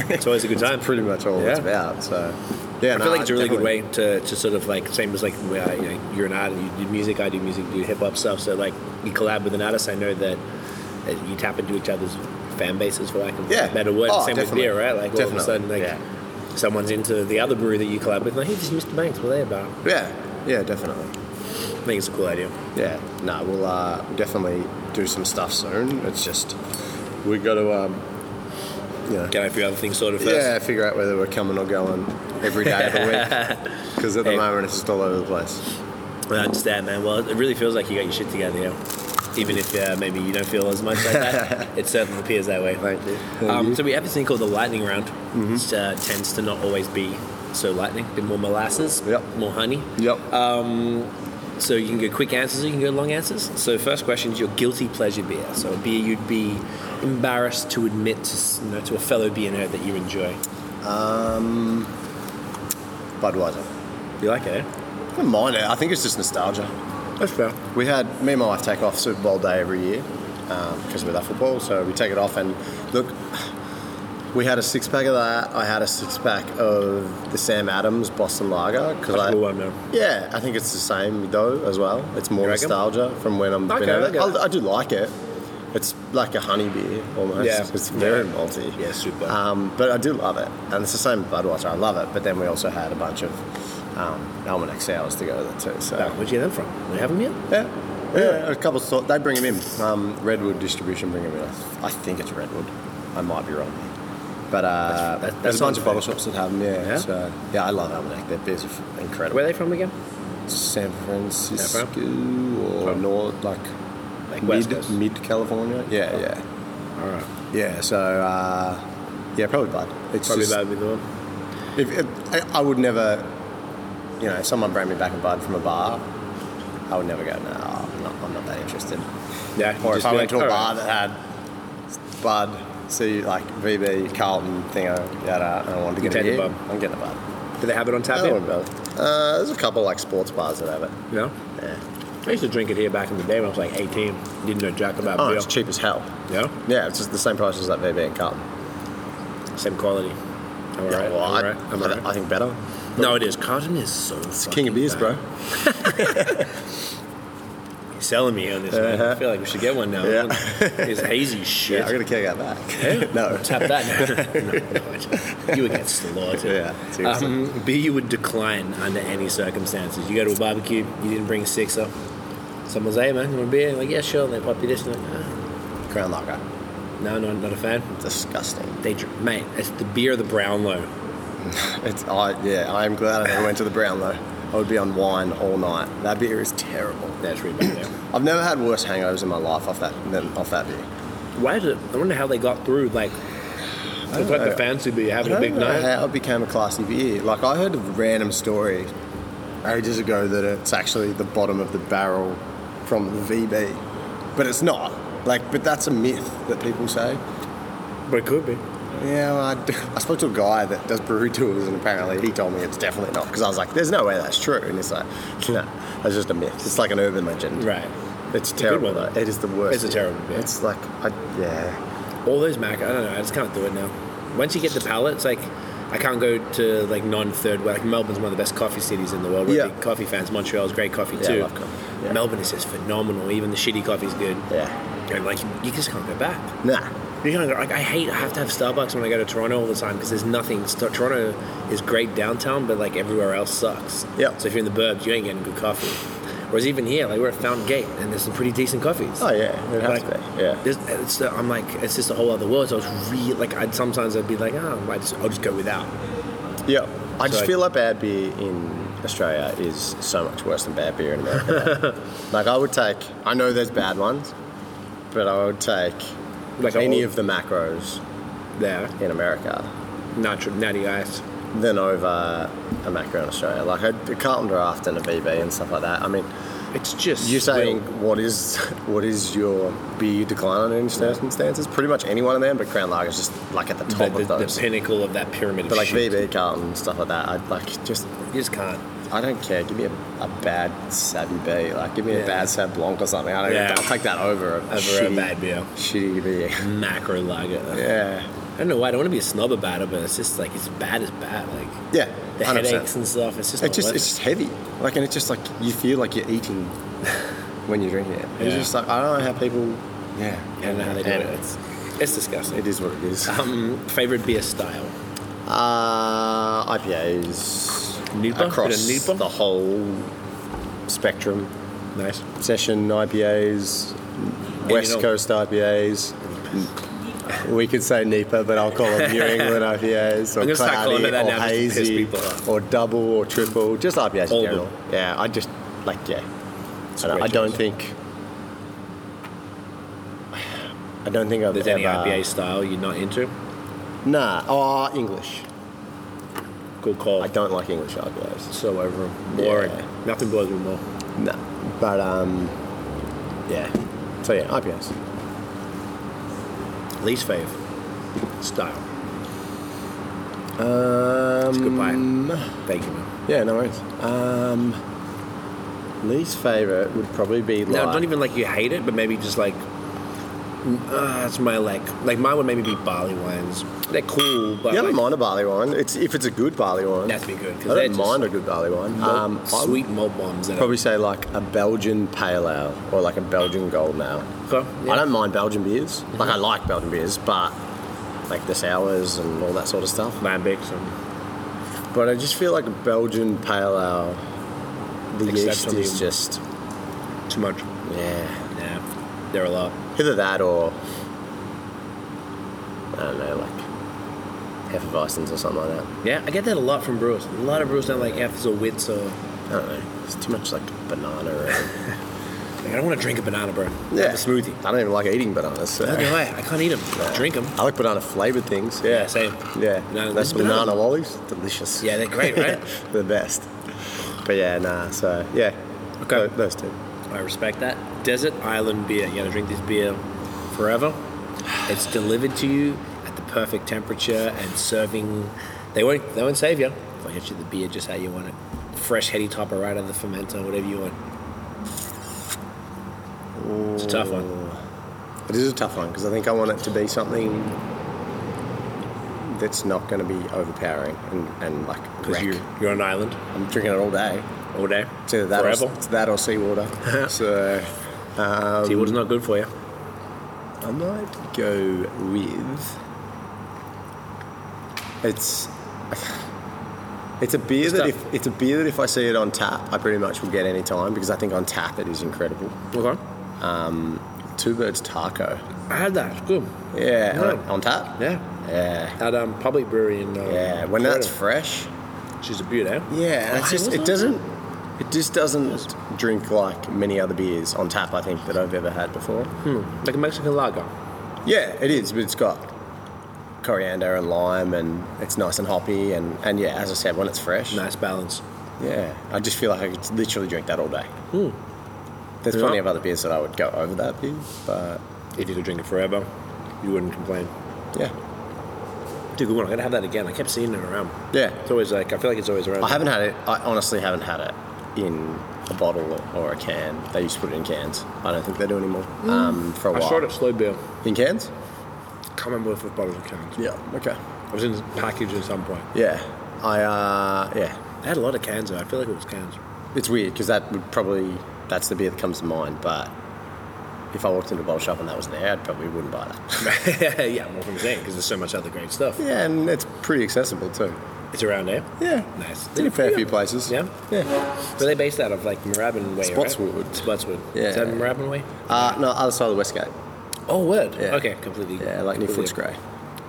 It's always a good time.
Pretty much all it's
Yeah.
about. So yeah,
I feel like it's a really good way to, to sort of like same as like we are, you know, you're an artist, you do music, I do music, you do hip hop stuff. So like you collab with an artist, I know that uh, you tap into each other's fan bases for lack of
Yeah.
a better word.
Oh,
same
definitely.
with beer, right? Like all of a
Definitely,
sudden, like
yeah.
someone's into the other brewery that you collab with. Like, hey, this is Mr. Banks. What are they about?
Yeah, yeah, definitely.
I think it's a cool idea.
Yeah, no, we'll uh, definitely do some stuff soon. It's just we got to, um, you know,
Get a few other things sorted first.
yeah, figure out whether we're coming or going every day of the week. Because at the
Hey.
moment it's just all over the place.
I understand, man. Well, it really feels like you got your shit together here. Even if uh, maybe you don't feel as much like that, it certainly appears that way.
Thank you.
Um, so we have this thing called the lightning round, which uh, tends to not always be so lightning. Bit more molasses,
Yep.
more honey.
yep.
Uh, So you can go quick answers, or you can go long answers. So first question is your guilty pleasure beer. So a beer you'd be embarrassed to admit to, s- you know, to a fellow beer nerd that you enjoy.
Um, Budweiser.
You like it? eh?
I don't mind it. I think it's just nostalgia.
That's fair.
We had me and my wife take off Super Bowl day every year um, because we love football. So we take it off and look. We had a six pack of that. I had a six pack of the Sam Adams Boston Lager because
That's a
I
cool one, man.
yeah I think it's the same though as well. It's more
You reckon?
nostalgia from when I'm
Okay,
been over.
okay.
I, I do like it. It's like a honey beer almost.
Yeah.
It's very malty.
Yeah, super.
Um, but I do love it, and it's the same with Budweiser. I love it, but then we also had a bunch of um, Almanac sours to go with it too. So
Oh, where'd you get them from? We have them yet?
yeah. Yeah, a couple of sort. They bring them in. Um, Redwood Distribution bring them in. I think it's Redwood. I might be wrong. But uh,
That's- that-
there's
that's
a bunch
not
of bottle shops that have them. Yeah.
Yeah?
So yeah, I love Almanac. Their beers are f- incredible.
Where are they from again?
San Francisco
San
or north, like,
Like West
mid
Coast.
mid California. Yeah, yeah,
All right.
yeah. So uh, yeah, probably Bud. It's
Probably
just-
that would be the one.
If, if, I, I would never, you know, if someone brought me back a bud from a bar, I would never go, no, I'm not, I'm not that interested.
Yeah,
Or
just
if I
be
went
like,
to a bar
"Alright."
that had bud, see, like VB, Carlton, thing, I, yeah, I wanted to
You
get a
take the
beer,
bud.
I'm getting a bud.
Do they have it on tap
I
yet?
want a bud. Uh, there's a couple like sports bars that have it.
No.
Yeah.
I used to drink it here back in the day when I was like 18. Didn't know jack about
Oh,
beer.
it's cheap as hell.
Yeah.
Yeah, it's just the same price as that VB and Carlton.
Same quality. All right.
well,
all
I,
right. Am I
I,
right?
I think better.
no, it is. Carlton is so. It's
It's king of beers, bro.
You're selling me on this. man. I feel like we should get one now.
Uh-huh. Yeah.
It's hazy shit.
Yeah, I got to kick out back. no.
Tap that. No, no, no. You would get slaughtered.
Yeah, seriously.
Um, beer you would decline under any circumstances. You go to a barbecue, you didn't bring six up. Someone's, hey man, you want a beer? Like, yeah, sure. And they pop you this and like,
Crown Lager.
no, no, not a fan.
Disgusting.
They drink, mate. It's the beer of the Brownlow.
It's I yeah, I'm glad I never went to the Brownlow. I would be on wine all night. That beer is terrible.
That's really bad there.
I've never had worse hangovers in my life off that than off that beer.
Why did it? I wonder how they got through. Like, it's like the
know.
fancy beer
Uh, I
having a
don't
big
know
night.
how it became a classy beer. Like I heard a random story ages ago that it's actually the bottom of the barrel from the VB, but it's not. Like, but that's a myth that people say.
but it could be.
Yeah, well, I, d- I spoke to a guy that does brewery tours, and apparently he told me it's definitely not because I was like, "There's no way that's true," and it's like, "No, that's just a myth. It's like an urban legend."
Right.
It's
a good
terrible.
one.
though. It is the worst.
It's a terrible beer.
It's like, I, yeah,
All those Mac, I don't know. I just can't do it now. Once you get the palate, it's like I can't go to like non-third world. Like Melbourne's one of the best coffee cities in the world. We're
Yeah.
big coffee fans. Montreal's great coffee
Yeah, I
too.
love coffee. Yeah.
Melbourne is just phenomenal. Even the shitty coffee's good.
yeah,
And like you just can't go back.
nah.
You know, like I hate. I have to have Starbucks when I go to Toronto all the time because there's nothing. St- Toronto is great downtown, but like everywhere else sucks.
Yeah.
So if you're in the burbs, you ain't getting good coffee. Whereas even here, like we're at Fountain Gate, and there's some pretty decent coffees.
Oh yeah, it has
Like,
to be. Yeah,
there's- It's, uh, I'm like, it's just a whole other world. So it's really like, I'd sometimes I'd be like, oh, I just, I'll just go without.
yeah. I just
So-
feel like bad beer in Australia is so much worse than bad beer in America. though. like, I would take. I know there's bad ones, but I would take
Like
any
all-
of the macros
there,
in America
natural natty ice.
than over a macro in Australia. Like a, a Carlton draft and a VB and stuff like that. I mean,
It's just
you're saying
real-
what is what is your beer decline under any circumstances? Pretty much any one of them, but Crown Lager is just like at the
the,
top
the,
of those.
the pinnacle of that pyramid. of
but like
shit.
VB, Carlton, and stuff like that, I'd like just
you just can't.
I don't care. Give me a, a bad savvy beer. Like give me
Yeah.
a bad Sav Blanc or something. I don't.
Yeah.
I'll take that over a,
a
shitty,
bad beer.
Shitty beer.
Macro lager.
Yeah.
I don't know why I don't want to be a snob about it, but it's just like it's bad as bad. Like
Yeah.
the
100%.
headaches and stuff. It's just
It's
not
just it's
worth
just heavy. Like and it's just like you feel like you're eating when you're drinking it. It's
Yeah.
just like I don't know how people. Yeah.
it. I don't know how they do it. It's, it's disgusting.
It is what it is.
Um, favorite beer style.
Uh, IPAs
Nupa? Bit of
across
Nupa?
the whole spectrum.
Nice.
Session IPAs,
you
West
know-
Coast IPAs. We could say NEPA, but I'll call them New England IPAs
I'm
or
gonna start calling
cloudy
it that
or
now just to piss
hazy
people off.
or double or triple, just IPAs
All
in
of
general.
them.
Yeah, I just like yeah. I
a
don't,
great
I don't
choice.
think. I don't think I've
There's
ever.
any IPA style you're not into?
Nah, oh English.
Good call.
I don't like English IPAs.
so over them. Boring.
Yeah.
Nothing bothers me more.
No, but um, yeah. So yeah, IPAs.
Least fave style.
Um,
Goodbye. Thank you, man.
Yeah, no worries. Um, least favorite would probably be like.
No, not even like you hate it, but maybe just like uh, it's my like like mine would maybe be barley wines. They're cool, but
Yeah, I don't
like,
mind a barley wine. It's if it's a good barley wine.
That's be good, 'cause
I
they're
don't
just
mind a good barley wine.
malt-
Um, I would
sweet mold bombs. in it.
probably say like a Belgian pale ale or like a Belgian golden ale.
Okay, yeah.
I don't mind Belgian beers. Like I like Belgian beers, but like the sours and all that sort of stuff.
lambics and
But I just feel like a Belgian pale ale. The yeast
Exceptionally-
is just
too much.
yeah.
Yeah, they're a lot.
Either that or I don't know, like Hefeweizens or something like that.
Yeah, I get that a lot from brewers. A lot of brewers don't like F's or wits or
I don't know. It's too much like banana. Or,
like I don't want to drink a banana, bro.
yeah,
Have a smoothie.
I don't even like eating bananas. So.
No, no way. I can't eat them. Drink them.
I like banana flavored things.
Yeah, same.
Yeah.
No,
That's
this
banana,
banana-
lollies. Delicious.
Yeah, they're great, right?
the best. But yeah, nah. So yeah.
Okay.
Tho- Those two.
I respect that. Desert Island beer. You gotta drink this beer forever. It's delivered to you at the perfect temperature and serving. They won't. They won't save you. They'll get you the beer just how you want it. Fresh heady topper right out of the fermenter, whatever you want. It's a tough one.
It is a tough one because I think I want it to be something that's not going to be overpowering and, and like
Because
wreck.
you, you're on an island
I'm drinking it all day.
all day.
It's either that,
forever. Uh-huh.
or, it's that or seawater. so
Seawater's not good for you.
I might go with. It's. It's a beer that
tough.
if it's a beer that if I see it on tap, I pretty much will get any time because I think on tap it is incredible.
Okay.
Two Birds Taco.
I had that. It's good.
Yeah,
No.
on, on tap.
Yeah.
Yeah,
At um, Public Brewery in. Uh,
yeah. When that's
Florida.
fresh.
She's a beaut, eh?
Yeah, and
Oh,
it's
I
just
was
it
on
doesn't. It just doesn't drink like many other beers on tap. I think that I've ever had before.
that. Like a Mexican lager.
Yeah, it is, but it's got coriander and lime, and it's nice and hoppy, and, and yeah, as I said, when it's fresh,
Nice balance.
yeah, I just feel like I could literally drink that all day. There's
Yeah.
plenty of other beers that I would go over that beer, but
If you could drink it forever, you wouldn't complain.
yeah,
Dude, good one. I'm gonna have that again. I kept seeing it around.
yeah.
It's always like I feel like it's always around.
I haven't had it. I honestly haven't had it in a bottle or a can. They used to put it in cans. I don't think they do anymore. Um, for a
Mm. I
while.
saw it at Slow Beer.
in cans.
Can't remember if it was bottles or cans.
Yeah. Okay.
I was in this package at some point.
Yeah. I uh yeah.
They had a lot of cans though. I feel like it was cans.
It's weird because that would probably that's the beer that comes to mind. But if I walked into a bottle shop and that was there, I probably wouldn't buy that.
yeah, more from saying because there's so much other great stuff.
yeah, and it's pretty accessible too.
It's around there.
Yeah.
Nice.
In a fair few places.
Yeah.
Yeah.
So they based out of like Moorabbin Way.
Spotswood.
Right? Spotswood.
Yeah.
Is that Moorabbin Way?
Uh, no, other side of the west gate.
Oh, word.
Yeah.
Okay, completely.
Yeah, like near
completely-
Footscray.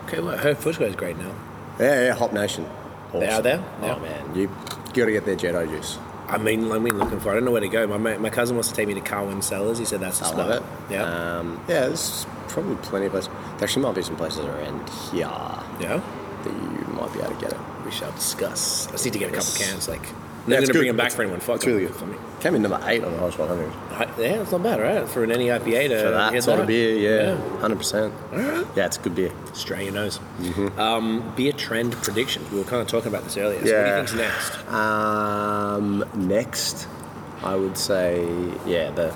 Okay, well, her Footscray is great now.
Yeah, yeah, Hop Nation. Awesome.
They are there?
Oh
Yeah.
man, you got to get their Jedi juice.
I mean, I mean, looking for. I don't know where to go. My, ma- my cousin wants to take me to Carwin Cellars. He said that's the
I
spot.
love it.
Yeah.
Um, yeah, there's probably plenty of places. There actually might be some places around here that
yeah.
you might be able to get it.
We shall discuss. I just need to get a couple
Yes.
cans. Like,
Yeah,
I'm
it's
gonna bring
good.
them back for anyone. Fuck
It's
them.
really good.
I mean,
Came in number eight on the Hodge 100.
I- yeah, it's not bad, right? For an E NEIPA to
For that
get
sort
that.
of beer, yeah, 100%.
Alright.
Yeah, it's a good beer.
Australia knows.
Mm-hmm.
Um, beer trend predictions. We were kind of talking about this earlier. So What do you
Yeah.
think's next?
Um, next, I would say, yeah, the,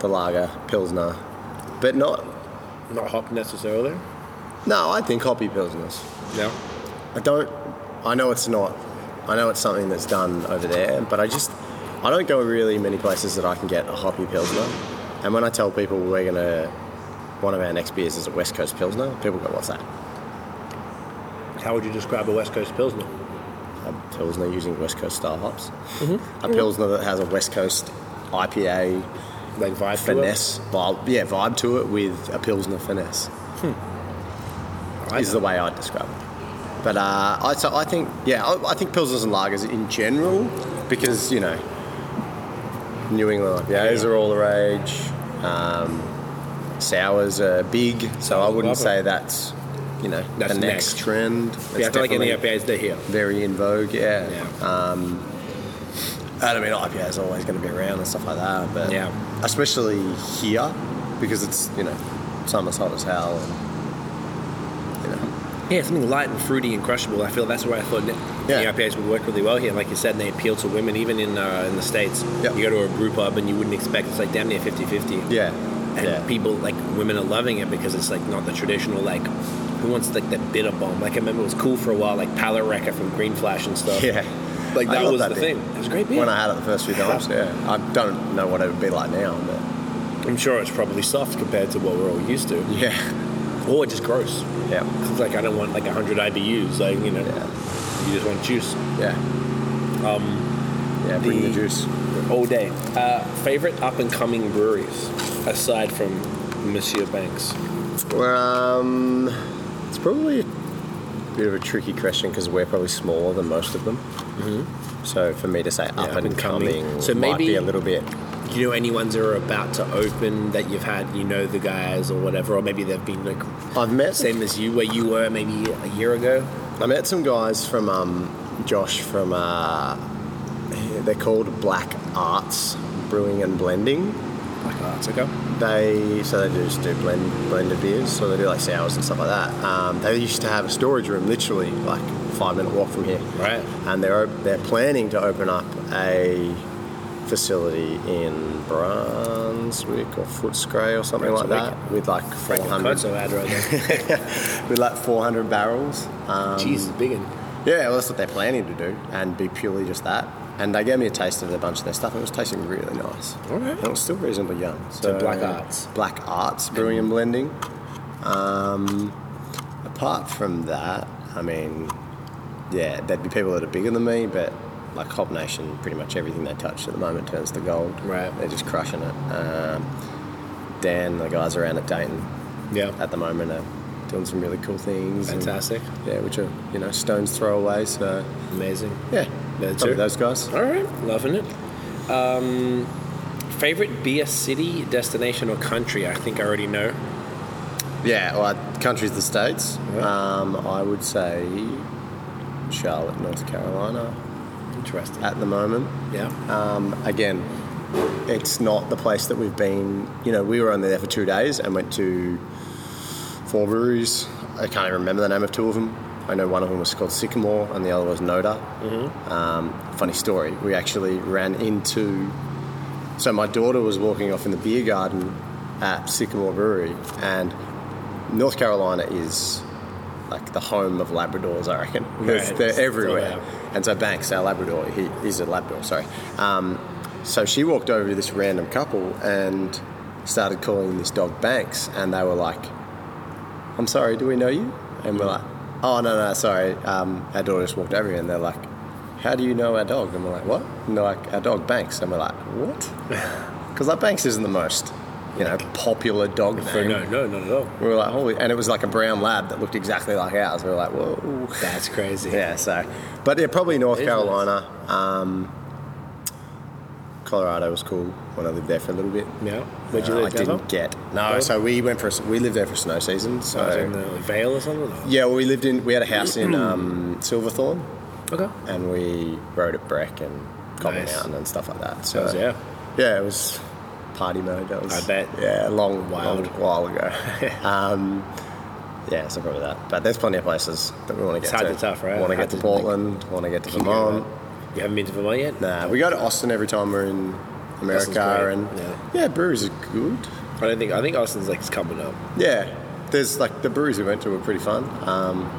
the lager, Pilsner. But not,
Not hop necessarily.
no, I think hoppy Pilsners.
No.
I don't. I know it's not. I know it's something that's done over there, but I just. I don't go really many places that I can get a hoppy pilsner. And when I tell people we're gonna, one of our next beers is a West Coast pilsner, people go, "What's that?"
How would you describe a West Coast Pilsner?
A pilsner using West Coast style hops.
Mm-hmm.
A pilsner that has a West Coast IPA
Like vibe to it?
finesse, vibe, yeah, vibe to it with a pilsner finesse.
I
is the way I'd describe it. But uh, I, so I think, yeah, I, I think pilsners and lagers in general, because you know, New England IPAs are all the rage. Um, sours are big, so I wouldn't say that's you know
That's
the next,
next. Yeah, I
trend. It's
feel like
definitely
NEIPAs, they're here.
very in vogue. Yeah.
Yeah.
I don't mean IPAs are always going to be around and stuff like that, but
Yeah.
especially here because it's you know summer's hot as hell and you know
Yeah, something light and fruity and crushable. I feel that's where I thought ne-
Yeah.
the IPAs would work really well here. Like you said, they appeal to women, even in uh, in the states.
Yep.
You go to a brew pub and you wouldn't expect it's like damn near 50-50.
Yeah.
and
yeah.
people like women are loving it because it's like not the traditional like who wants like that bitter bomb. Like I remember it was cool for a while, like Palette Wrecker from Green Flash and stuff.
Yeah.
like
I
that
love
was
that
the
beer.
thing. It was a great beer.
When I had it the first few times, yeah. I don't know what it would be like now, but
I'm sure it's probably soft compared to what we're all used to,
yeah.
or just gross.
Yeah.
It's like I don't want like 100 IBUs. Like you know, you just want juice.
Yeah. Um, yeah, bring the,
Um, the-
juice.
all day. Uh, favorite up and coming breweries aside from Monsieur Banks.
Well, um, it's probably a bit of a tricky question because we're probably smaller than most of them. Mm-hmm. So for me to say up
up
and
and coming.
coming,
So
might be
maybe-
a little bit.
Do you know any ones that are about to open that you've had? You know the guys or whatever, or maybe they've been like
I've met
same as you where you were maybe a year ago.
I met some guys from um, Josh from uh, they're called Black Arts Brewing and Blending.
Like oh, it's okay.
They so they just do blend blended beers, so they do like sours and stuff like that. Um, they used to have a storage room literally like five minute walk from here,
Right.
And they're op- they're planning to open up a facility in Brunswick or Footscray or something like
Brunswick.
that with like
Frank
400
Kozo ad right there.
with like 400 barrels. Um,
Jeez, big one.
yeah, well, that's what they're planning to do and be purely just that. And they gave me a taste of a bunch of their stuff. It was tasting really nice.
Alright.
And it was still reasonably young. So,
Black Arts.
Black Arts Brewing and Blending. Um, apart from that, I mean, yeah, there'd be people that are bigger than me, but like Hob Nation, pretty much everything they touch at the moment turns to gold.
Right.
They're just crushing it. Um, Dan, the guys around at Dayton
Yeah.
at the moment are doing some really cool things. and-
Fantastic.
yeah, which are you know stones throw away. So
Amazing.
yeah,
That's
probably
it.
those guys.
All right, loving it. Um, favorite beer city, destination, or country? I think I already know.
Yeah, well, I- countries the states. Um, I would say Charlotte, North Carolina,
Interesting. Uh,
at the moment.
yeah.
Um, again, it's not the place that we've been. You know, we were only there for two days and went to four breweries. I can't even remember the name of two of them. I know one of them was called Sycamore and the other was Noda. Um, funny story. We actually ran into. So my daughter was walking off in the beer garden at Sycamore Brewery, and North Carolina is like the home of Labradors, I reckon. Because
Right.
They're everywhere.
Yeah.
And so Banks, our Labrador, he is a Labrador, sorry. Um, so she walked over to this random couple and started calling this dog Banks, and they were like, I'm sorry, do we know you? And we're like, oh, no, no, sorry. Um, our daughter just walked over here, and they're like, how do you know our dog? And we're like, what? And they're like, our dog Banks. And we're like, what? Because like Banks isn't the most, you know, popular dog
No,
thing.
no, no, not at all.
We were like, holy, and it was like a brown lab that looked exactly like ours. We were like, whoa.
That's crazy.
Yeah, so, but yeah, probably North
It is
Carolina. Um, Colorado was cool when I lived there for a little bit.
Yeah. Where'd you
Uh,
live?
I didn't get no.
Oh.
So we went for a s we lived there for snow season. So
Was it in the Vale or something? or-
yeah, well, we lived in we had a house in um, Silverthorne,
Okay.
and we rode at Breck and Cobble
Nice.
Mountain and stuff like that. So
Sounds- yeah.
yeah, it was party mode. That was,
I bet.
Yeah, a long,
Wild.
long while ago. um, yeah, so probably that. But there's plenty of places that we want to get
hard
to.
to tough, right?
Want to
Hard
get to
to,
Portland. want to get to
You go
Vermont.
there. You haven't been to Vermont yet?
Nah, we go to Austin every time we're in
Austin's
America,
great,
and
yeah.
yeah. breweries are good.
I don't think. I think Austin's like it's coming up.
Yeah, there's like the breweries we went to were pretty fun. Um,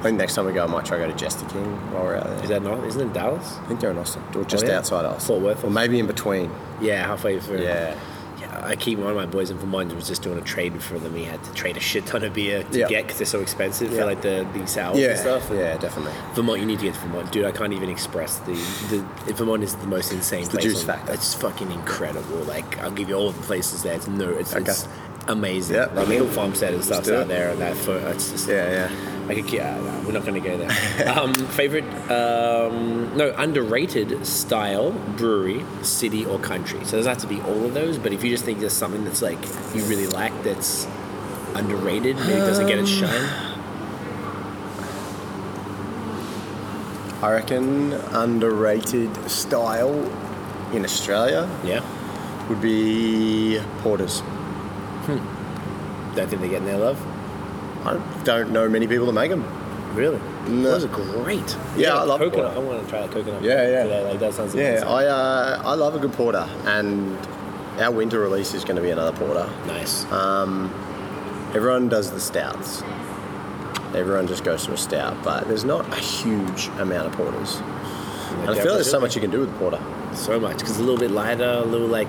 I think next time we go, I might try to go to Jester King while we're out there.
Is that not? Isn't it Dallas?
I think they're in Austin, or just
yeah?
outside Austin,
Fort Worth or
or maybe in between.
Yeah, halfway through.
Yeah.
Yeah, I keep one of my boys in Vermont was just doing a trade for them. He had to trade a shit ton of beer to
Yeah.
get because they're so expensive
Yeah.
for like the the sours
Yeah,
and stuff.
yeah, definitely.
Vermont, you need to get to Vermont, dude. I can't even express the the Vermont is the most insane
the
place.
juice
on-
factor.
It's fucking incredible. Like I'll give you all the places there. It's no, it's, it's
Okay.
amazing.
Yeah,
like
I'm in.
little farmstead and stuff's
do
out
it.
there, and that for it's just
Yeah, yeah.
Like a kid, ah, no, we're not going to go there. um, favorite, um, no, underrated style brewery, city or country. So it doesn't have to be all of those, but if you just think there's something that's like you really like that's underrated, maybe doesn't get its
Um.
shine.
I reckon underrated style in Australia
Yeah,
would be porters.
don't think they're getting their love.
I don't know many people that make them.
Really?
No.
Those are great.
Yeah, I love
coconut.
porter.
I want to try a coconut.
Yeah, yeah.
Today. Like that sounds
Yeah,
amazing.
I uh, I love a good porter, and our winter release is going to be another porter.
nice.
Uh, Everyone does the stouts. Everyone just goes to a stout, but there's not a huge amount of porters. And I feel there's so much you can do with porter.
so much because a little bit lighter, a little like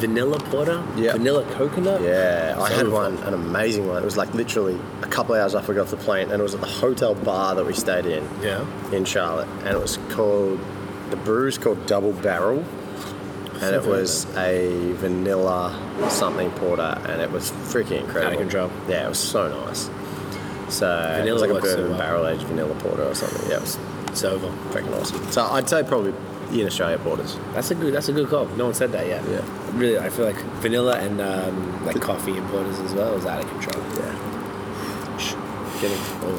vanilla porter,
Yeah.
vanilla coconut.
Yeah, I
So
had
fun.
one, an amazing one. It was like literally a couple hours after I got off the plane, and it was at the hotel bar that we stayed in
Yeah.
in Charlotte, and it was called the brew's called Double Barrel, and it was a vanilla something porter, and it was freaking incredible.
control.
Yeah, it was so nice. So it
Vanilla
was like a
works so
bourbon
well.
barrel aged vanilla porter or something. Yeah, it was
It's over.
freaking awesome. So I'd say probably in Australia porters.
That's a good. That's a good call. No one said that yet.
Yeah.
Really, I feel like vanilla and um, like coffee and porters as well is out of control.
Yeah.
Kidding. Oh,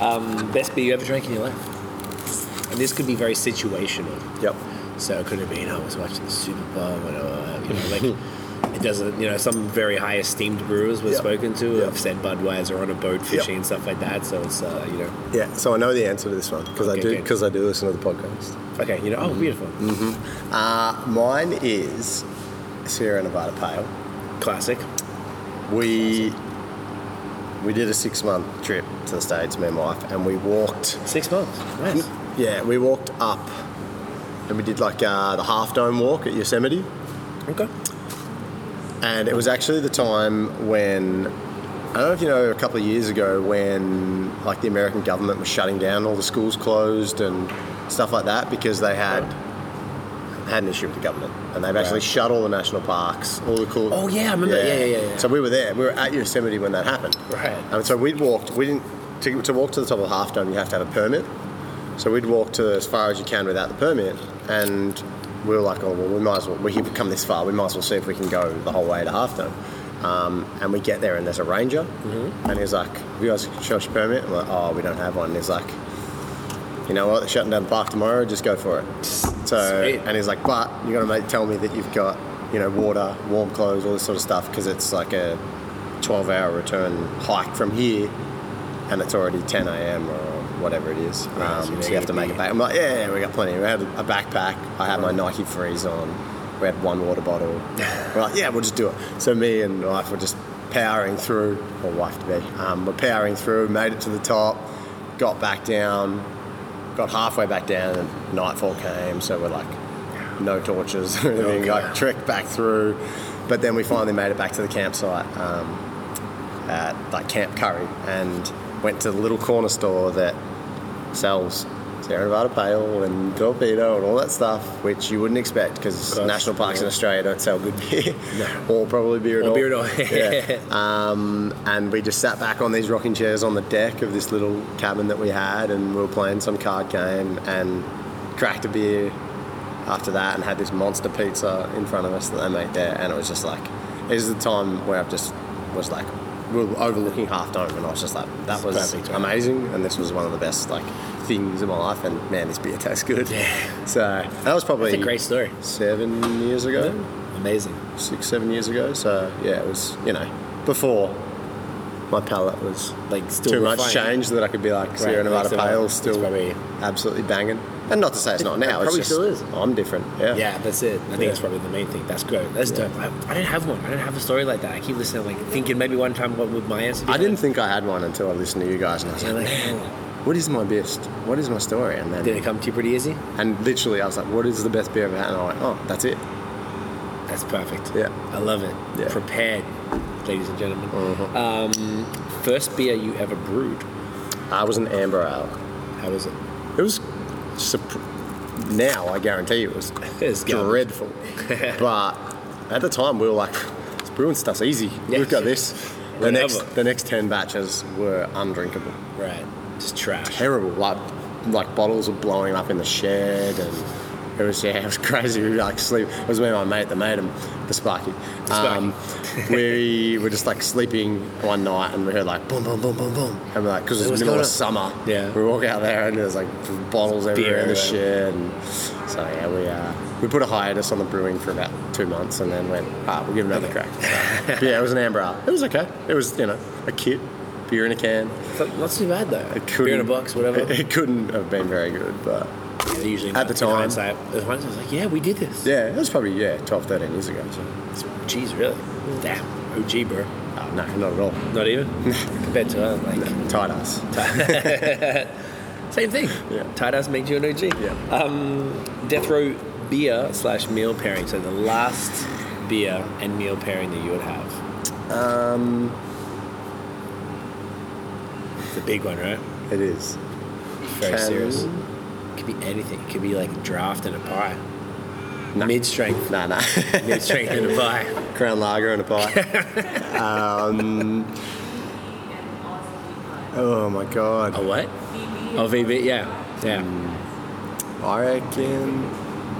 yeah. um, best beer you ever drank in your life. And this could be very situational.
Yep.
So it could have been I was watching the Super Bowl, whatever. You know, like it doesn't. You know, some very high esteemed brewers we've
Yeah.
spoken to
Yeah.
have said Budweiser on a boat fishing and stuff like that. So it's uh, you know,
Yeah. So I know the answer to this one because
Okay,
I do
good.
because I do listen to the podcast.
okay, you know,
Mm.
oh beautiful,
Uh, mine is Sierra Nevada Pale.
classic.
We we did a six month trip to the States, me and my wife, and we walked.
Six months, nice.
Yeah, we walked up, and we did like uh, the Half Dome walk at Yosemite,
Okay.
and it was actually the time when. I don't know if you know a couple of years ago when like the American government was shutting down all the schools closed and stuff like that because they had had an issue with the government and they've actually shut all the national parks, all the cool
Oh, yeah, I remember. Yeah, yeah, yeah, yeah.
So we were there. We were at Yosemite when that happened.
Right.
And so we'd walked. We didn't to, to walk to the top of the Half Dome. You have to have a permit. So we'd walk to as far as you can without the permit, and we were like, oh well, we might as well. We've come this far. We might as well see if we can go the whole way to Half Dome. Um, and we get there, and there's a ranger, and he's like, "Have you guys got your permit?" And we're like, "Oh, we don't have one." And he's like, "You know what? They're shutting down the park tomorrow. Just go for it." So,
Sweet.
and he's like, "But you got to make tell me that you've got, you know, water, warm clothes, all this sort of stuff, because it's like a 12-hour return hike from here, and it's already 10 a.m. or whatever it is.
so
Um, so,
you
you have to
need
make
to
it
be-
back." I'm like, "Yeah, yeah, we got plenty. We had a backpack. I had my Nike Freeze on. We had one water bottle. we're like, yeah, we'll just do it." So me and my wife were just powering through, or wife to be, um, we're powering through, made it to the top, got back down, got halfway back down and nightfall came so we're like no torches or anything like trekked back through but then we finally made it back to the campsite um, at like camp curry and went to the little corner store that sells Sierra Nevada Pale and Torpedo and all that stuff, which you wouldn't expect because
course,
national parks in
yeah.
Australia don't sell good beer or probably beer at
Or
all.
beer at all.
yeah. Um, and we just sat back on these rocking chairs on the deck of this little cabin that we had, and we were playing some card game and cracked a beer after that, and had this monster pizza in front of us that they made there, and it was just like, this is the time where I just was like, we were overlooking Half Dome, and I was just like, that was
Perfect.
amazing, and this was one of the best like things in my life, and man, this beer tastes good. Yeah. So that was probably
It's a great story.
seven years ago
Amazing.
six, seven years ago. So yeah, it was you know before my palate was
Like still
too much
refined.
change that I could be like Sierra
Right,
Nevada
so
Pale
it's
still
probably-
absolutely banging. And not to say it's not
It
now.
probably
it's just,
still is.
I'm different. Yeah.
Yeah, that's it. I think that's probably the main thing. That's great. That's dope. I, I didn't have one. I didn't have a story like that. I keep listening, like thinking maybe one time what would my answer be?
I didn't think I had one until I listened to you guys, and I was
And
like,
I'm like, oh.
"What is my best? What is my story?" And
Did it
then,
come to you pretty easy?
and literally, I was like, "What is the best beer I've had?" And I went, "Oh, that's it."
That's perfect.
Yeah.
I love it.
Yeah. Uh-huh.
Prepared, ladies and gentlemen. Um, first beer you ever brewed.
I was an amber ale.
How was it?
It was surp- now I guarantee you it was
It's garbage.
dreadful. but at the time we were like, "This brewing stuff's easy. We've got
Yeah.
this. The
Whatever.
next the next ten batches were undrinkable.
Right. Just trash.
Terrible. Like like bottles were blowing up in the shed and it was yeah, it was crazy. We were like sleep it was me and my mate that made him, the Sparky. Um, we were just like sleeping one night and we heard like boom boom boom boom boom and we're like because it
What's
was the middle
going
of
on?
summer.
Yeah.
We walk out there and there's like bottles everywhere in
everywhere.
the shed and so yeah we uh we put a hiatus on the brewing for about two months, and then went, ah, we'll give it another crack. So, yeah, it was an amber ale. It was okay. It was you know a kit, beer in a can.
It's like, not too bad though. Beer in a
It couldn't-
box, whatever.
It, it couldn't have been very good, but
Yeah, usually
At the
in
time.
hindsight, in hindsight, it's like, yeah, we did this.
yeah, it was probably yeah 12, 13 years ago. So.
It's- Jeez, really? Damn, OG, bro.
Oh, no, not at all.
Not even compared to us, like
Tight ass.
same thing.
Yeah.
Tight ass makes you an OG.
Yeah.
Death row beer slash meal pairing. So the last beer and meal pairing that you would have. Um.
Um,
It's a big one, right?
It is.
Very
Can-
serious. Could be anything. It could be like a draft and a pie.
No.
Mid strength.
Nah, nah.
Mid strength and a pie.
Crown lager and a pie. um, oh my god.
A what? Oh, VB. Yeah. Yeah.
Mm. I reckon.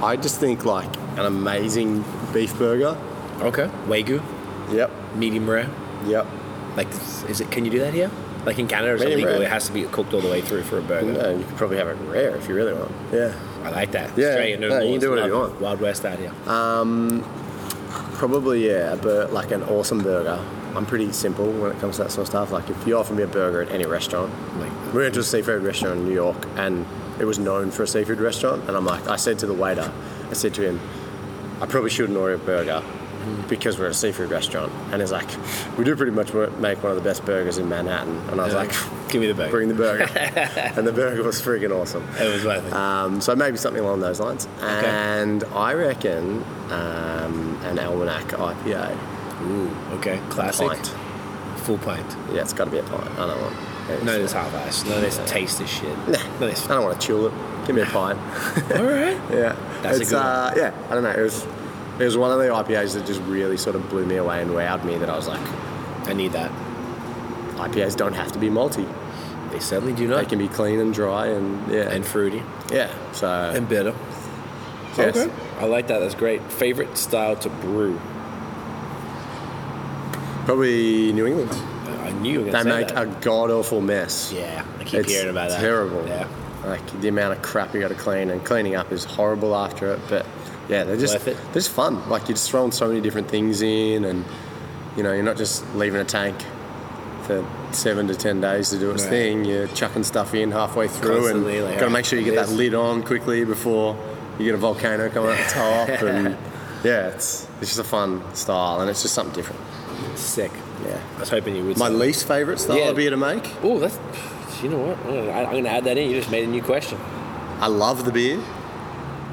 I just think like an amazing beef burger.
Okay. Wagyu,
Yep.
medium rare.
Yep.
Like, is it? Can you do that here? Like in Canada, it's
Medium
illegal.
rare.
It has to be cooked all the way through for a burger.
No, you could probably have it rare if you really want. Yeah.
I like that.
Yeah,
Australian
no,
noodles,
you can do whatever you
love it.
want.
Wild West out here.
Probably yeah, but like an awesome burger. I'm pretty simple when it comes to that sort of stuff. Like if you offer me a burger at any restaurant,
Like-
we went to a seafood restaurant in New York, and it was known for a seafood restaurant. And I'm like, I said to the waiter, I said to him, I probably shouldn't order a burger because we're at a seafood restaurant. And he's like, we do pretty much make one of the best burgers in Manhattan. And I was like,
give me the burger.
bring the burger. and the burger was freaking awesome.
it was worth it.
Um, so maybe something along those lines. And I reckon um, an Almanac IPA.
Ooh, okay. Classic.
Ah. Pint.
Full pint.
Yeah, it's got to be a pint. I don't want. it's-
No, there's half ice. No, there's taste of shit. No,
Nah, Ah.
there's.
I don't want a tulip. Give me a pint.
All right.
Yeah,
That's a
it's
good one.
uh, yeah. I don't know. It was it was one of the IPAs that just really sort of blew me away and wowed me. That I was like,
I need that.
IPAs don't have to be malty.
They certainly do
They
not.
can be clean and dry and yeah
And fruity.
yeah. So
And bitter.
yes.
Okay. I like that. That's great. Favorite style to brew?
probably New England.
I knew you were
They
going to say
make
that.
a god awful mess.
yeah, I keep
it's
hearing about that.
Terrible.
Yeah.
Like the amount of crap you got to clean and cleaning up is horrible after it. But yeah, they're just
Worth it?
they're just fun. Like you're just throwing so many different things in, and you know you're not just leaving a tank for seven to ten days to do its
Right.
thing. You're chucking stuff in halfway through,
Constantly,
and
like,
got to
how
make sure you get
it
that
is.
lid on quickly before you get a volcano coming up the top. and yeah, it's it's just a fun style, and it's just something different.
Sick.
Yeah.
I was hoping you would.
My
say-
least favorite style
Yeah.
of beer to make.
Oh, that's. You know what? I- I'm going to add that in. You just made a new question.
I love the beer,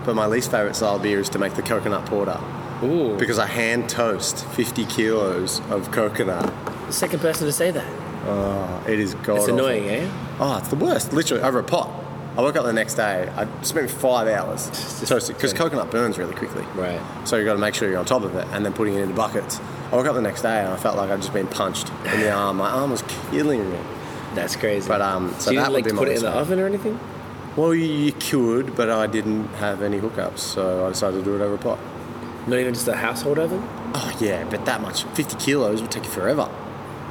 but my least favourite style of beer is to make the coconut porter
Ooh.
because I hand toast 50 kilos of coconut.
The second person to say that.
Oh, it is god.
It's annoying, eh?
Oh, it's the worst. Literally over a pot. I woke up the next day. I spent five hours toasting because coconut burns really quickly.
Right.
So you got to make sure you're on top of it, and then putting it into buckets. I woke up the next day and I felt like I'd just been punched in the arm. My arm was killing me.
That's crazy.
But, um, so
you
that
didn't,
would
like
be
to
my
put it in
least
the
favorite.
oven or anything.
Well, you, you cured, but I didn't have any hookups, so I decided to do it over a pot.
Not even just a household oven.
Oh yeah, but that much, 50 kilos would take you forever.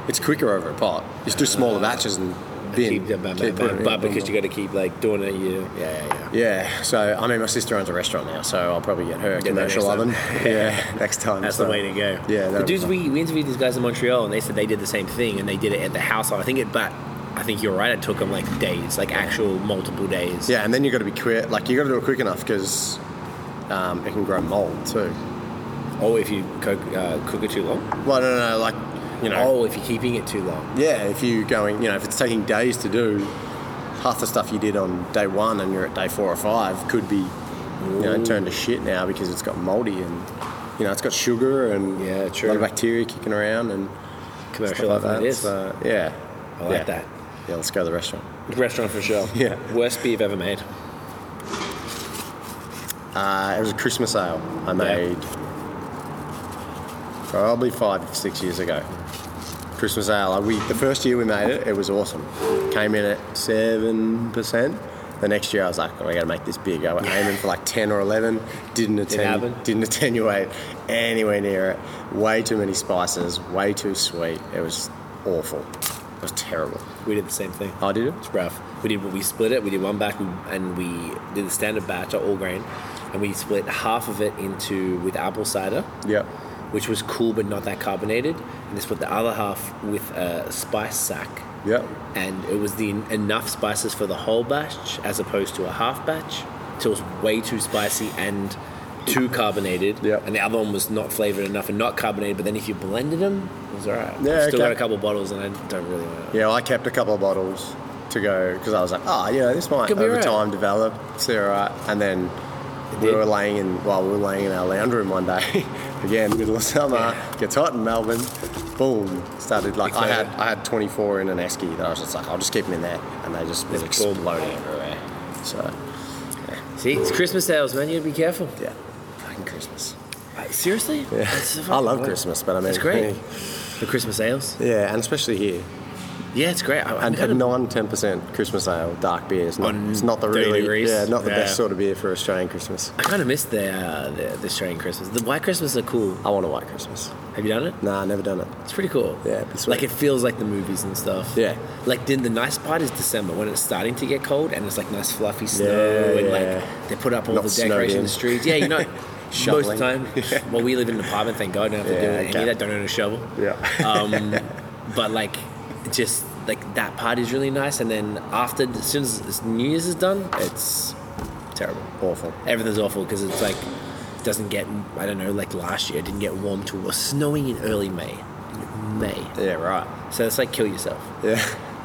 It's quicker over a pot. Just do smaller batches and bin.
Uh, Keep, but,
Keep
but-
putting it in,
but
boom,
because you
boom.
got to keep like doing it. You, yeah, yeah,
Yeah, so I mean, my sister owns a restaurant now, so I'll probably get her a
Get that next
commercial oven.
time.
yeah, next time.
That's
so-
the way to go.
Yeah, that'll
the
be
dudes
fun.
we, we interviewed these guys in Montreal, and they said they did the same thing, and they did it at the household. I think it, but I think you're right. It took them like days, like actual multiple days.
Yeah, and then you got to be quick. Like you got to do it quick enough because um, it can grow mold too.
Or Oh, if you cook, uh, cook it too long.
Well, no, no, no like you know.
Oh, if you're keeping it too long.
Yeah, if you going, you know, if it's taking days to do, half the stuff you did on day one and you're at day four or five could be, you know, turned to shit now because it's got moldy and, you know, it's got sugar and
Yeah,
a lot
true.
of bacteria kicking around and stuff
Commercial
like
oven.
that.
it is.
So, yeah,
I like
Yeah.
that.
Yeah, let's go to the restaurant.
Restaurant for sure.
Yeah.
Worst beer you've ever made.
Uh, it was a Christmas ale I made probably five, six years ago. Christmas ale. I- We the first year we made it, it was awesome. Came in at seven percent. The next year I was like, oh, I got to make this big. I was aiming for like ten or eleven. Didn't
happen?
attenuate. Didn't attenuate anywhere near it. Way too many spices. Way too sweet. It was awful. It was terrible.
We did the same thing.
I Oh, did it.
It's rough. We did we split it. We did one batch and we did the standard batch, our all grain, and we split half of it into with apple cider,
Yep.
which was cool but not that carbonated, and then split the other half with a spice sack.
Yep.
And it was the enough spices for the whole batch as opposed to a half batch. So it was way too spicy and too carbonated.
Yep.
And the other one was not flavored enough and not carbonated. But then if you blended them, it was all right. I've
Yeah,
Still
okay.
got a couple of bottles, and I don't really want to.
Yeah, well, I kept a couple of bottles to go because I was like, oh, you know, this might
Could be
over
right."
time develop, see all right. And then we
did.
were laying in, well, we were laying in our lounge room one day, again, middle of summer, gets hot in Melbourne, boom, started like, I had, I had 24 in an esky that I was just like, I'll just keep them in there. And they just was exploding everywhere. So,
See, it's Christmas sales, man. You gotta be careful.
yeah, fucking Christmas.
Seriously?
Yeah. I love Christmas, but I mean,
It's great. The Christmas ales.
Yeah, and especially here.
Yeah, it's great. I, I
And
had
a
a-
non ten percent Christmas ale dark beer is not,
On
it's not the
30
really
degrees.
yeah not the
Yeah.
best sort of beer for Australian Christmas.
I kind of missed the, uh, the the Australian Christmas. The white Christmas are cool.
I want a white Christmas.
Have you done it?
Nah, never done it.
It's pretty cool.
Yeah, it'd be sweet.
like it feels like the movies and stuff.
Yeah.
Like then the nice part is December when it's starting to get cold and it's like nice fluffy snow
Yeah,
and
yeah.
like they put up all
Not
the
snowed
decorations in
in.
the streets. Yeah, you know. Most of the
Shoveling.
time, well, we live in an apartment. Thank God, don't have to
Yeah,
do any
okay.
of that. Don't own a shovel.
Yeah.
Um, but like, just like that part is really nice. And then after, as soon as this New Year's is done, it's terrible.
Awful.
Everything's awful because it's like doesn't get. I don't know. Like last year, it didn't get warm till it was snowing in early May. May.
Yeah, right.
So it's like kill yourself.
Yeah.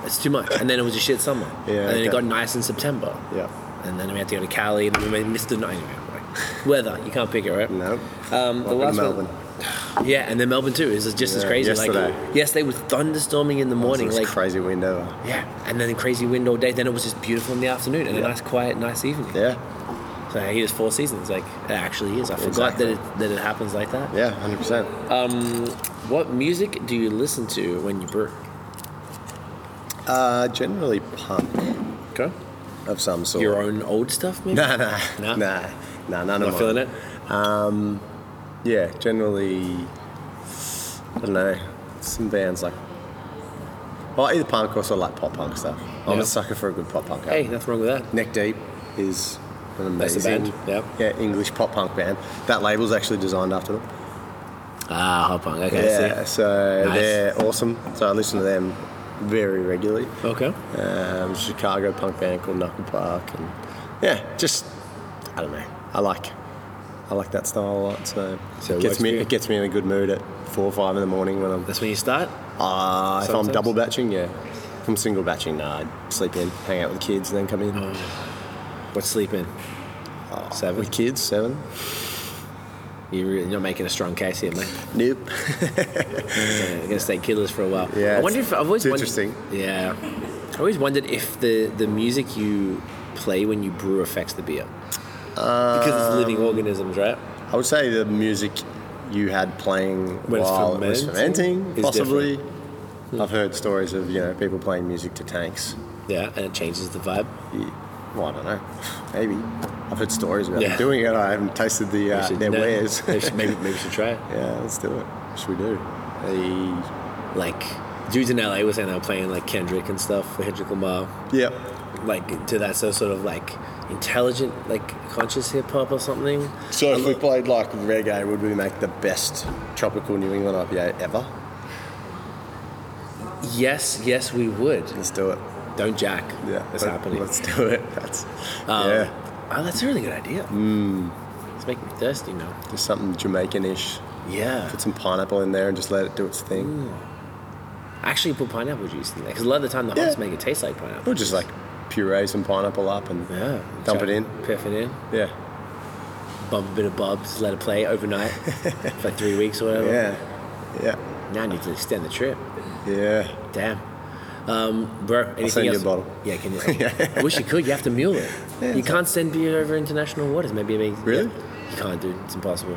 It's too much. And then it was a shit summer.
Yeah,
And then
okay.
it got nice in September.
Yeah.
And then we had to go to Cali, and then we missed the night. Anyway, weather you can't pick it right.
No.
Um, the
Welcome to
last
Melbourne.
one. Yeah, and then Melbourne too is just as
Yeah,
crazy.
yesterday.
Like yesterday was thunderstorming in the morning.
It's
Like
crazy wind ever.
yeah, and then crazy wind all day. Then it was just beautiful in the afternoon and a
Yeah.
nice, quiet, nice evening.
Yeah.
So he is four seasons. Like it actually is. I forgot
Exactly.
that it, that it happens like that.
Yeah, hundred percent.
What music do you listen to when you brew?
Uh, generally punk
Okay.
of some sort.
Your own old stuff, maybe.
Nah, nah,
No?
nah, nah, nah, none
Not
of mine.
feeling it.
Yeah, generally, I don't know, some bands like, well, either punk or sort of like pop punk stuff. I'm
Yeah.
a sucker for a good pop punk.
Hey, nothing wrong with that.
Neck Deep is an
That's
amazing
the band, yep.
yeah, English pop punk band. That label's actually designed after them.
Ah, hot punk. Okay,
yeah,
I see.
so
Nice.
they're awesome. So I listen to them very regularly.
Okay.
Um, Chicago punk band called Knuckle Park, and yeah, just I don't know. I like I like that style a lot. So,
So it
it
works
gets me
for you?
it gets me in a good mood at four or five in the morning when I'm
That's when you start.
uh, if I'm
Sometimes?
double batching. Yeah, if I'm single batching, nah, I'd sleep in, hang out with the kids, and then come in.
Oh, What's sleep in?
Oh,
Seven.
With kids, seven.
You really, you're making a strong case here, mate.
Nope.
You're gonna stay killers for a while.
Yeah,
I wonder if
it's-
I've always
it's
wondered-
interesting.
Yeah. I always wondered if the the music you play when you brew affects the beer. because it's
Um,
living organisms, right?
I would say the music you had playing
When it's
while it was
fermenting
fermenting,
is
possibly. I've heard stories of you know people playing music to tanks.
Yeah, and it changes the vibe.
Yeah, Well, I don't know. Maybe I've heard stories about
Yeah.
them doing it. I haven't tasted the
We
uh,
should-
their
no,
wares.
we should- maybe maybe we should try it.
yeah, let's do it. What should we do? The
Like dudes in LA were saying they were playing like Kendrick and stuff, Kendrick Lamar.
yep.
Like to that so sort of like intelligent, like conscious hip hop or something.
So if we played like reggae, would we make the best tropical New England IPA ever?
Yes, yes, we would.
Let's do it.
Don't jack.
Yeah,
it's
let-
happening.
Let's do it. That's
Um,
yeah,
Oh, that's a really good idea. Mm. It's making me thirsty now.
just something Jamaican-ish.
Yeah.
Put some pineapple in there and just let it do its thing.
Mm. Actually, put pineapple juice in there because a lot of the time the
Yeah.
hops make it taste like pineapple.
Or just like puree some pineapple up and
Yeah.
dump
Chuck-
it in.
Piff it in.
Yeah,
Bump a bit of bub. Just let it play overnight for like three weeks or whatever.
yeah, yeah,
Now I need to extend the trip.
yeah.
Damn. Um, bro, anything
send you a
else?
bottle.
Yeah, can you? I wish you could. You have to mule it. you can't send beer over international waters. Maybe it makes.
Really?
yeah. You can't, dude. It's impossible.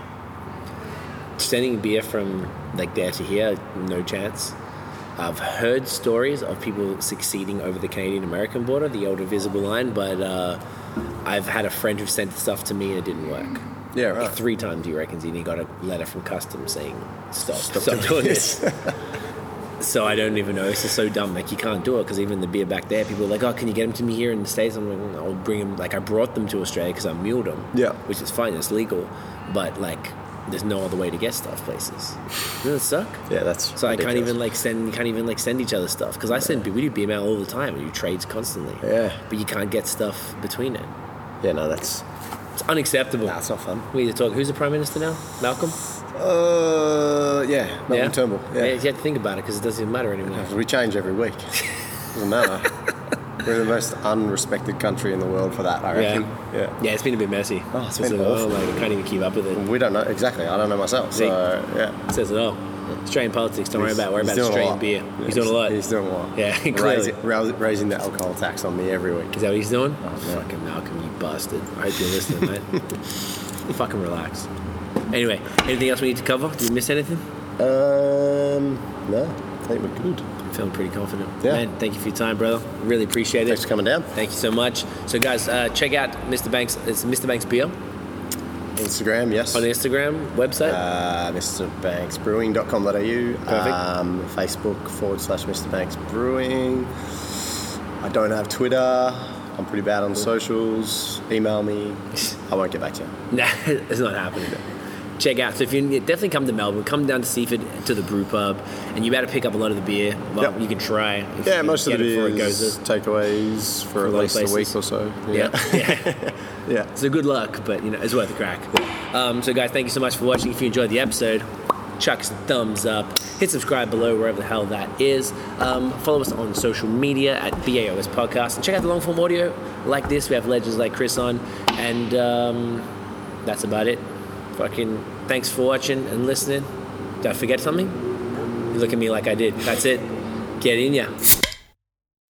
Sending beer from like there to here, no chance. I've heard stories of people succeeding over the Canadian American border, the old invisible line, but uh, I've had a friend who sent stuff to me and it didn't work.
Yeah, right.
Three times he reckons, and he got a letter from customs saying, "Stop, stop, doing this." So I don't even know. It's just so dumb. Like you can't do it because even the beer back there, people are like, "Oh, can you get them to me here in the states?" I'm like, "Mm, "I'll bring them." Like I brought them to Australia because I milled them.
Yeah.
which is fine. It's legal, but like, there's no other way to get stuff places. Doesn't it suck?
Yeah, that's.
So I can't
ridiculous.
even like send. You can't even like send each other stuff because I send. We do beer mail all the time. We do trades constantly.
Yeah.
but you can't get stuff between it.
Yeah, no, that's.
It's unacceptable.
Nah, it's not fun.
We need to talk. Who's the prime minister now? Malcolm.
Uh, yeah, Malcolm Turnbull. Yeah.
You have to think about it because it doesn't even matter anymore.
We change every week. Doesn't matter. We're the most unrespected country in the world for that, I reckon.
yeah. Yeah, it's been a bit messy.
Oh, it's been
like,
awful. Mm.
like, I can't even keep up with it.
We don't know exactly. I don't know myself. So
See?
yeah.
It says it all. Australian politics, don't worry
He's-
about it. Worry
he's
about
doing a
Australian
lot.
beer.
Yeah,
he's doing a lot.
He's doing a lot.
Yeah, clearly.
raising, ra- raising the alcohol tax on me every week.
Is that what he's doing?
yeah.
Fucking Malcolm, you bastard. I hope you're listening, mate. Fucking relax. Anyway, anything else we need to cover? Did we miss anything?
Um, no, I think we're good.
I'm feeling pretty confident.
Yeah.
Man, thank you for your time, brother. Really appreciate it.
Thanks for coming down.
Thank you so much. So, guys, uh, check out Mr. Banks. It's Mr. Banks Beer on
Instagram, yes.
Instagram, website.
uh, MrBanksBrewing.com.au. Um, Facebook forward slash Mr. Banks Brewing. I don't have Twitter. I'm pretty bad on socials. Email me. I won't get back to you.
Nah, it's not happening. Check out. So if you definitely come to Melbourne, come down to Seaford to the brew pub, and you better pick up a lot of the beer. Well,
Yep.
you can try. if you
Yeah,
can
most of
get
the
it before it
beers,
goes.
takeaways for
a
at
lot of
least a week
places.
or so.
Yeah. yeah.
Yeah.
so good luck, but you know it's worth a crack. Um, so guys, thank you so much for watching. If you enjoyed the episode, chuck us a thumbs up, hit subscribe below wherever the hell that is. Um, follow us on social media at BAOS Podcast and check out the long form audio like this. We have legends like Chris on, and um, that's about it. Fucking thanks for watching and listening. Did I forget something? You look at me like I did. That's it. Get in ya.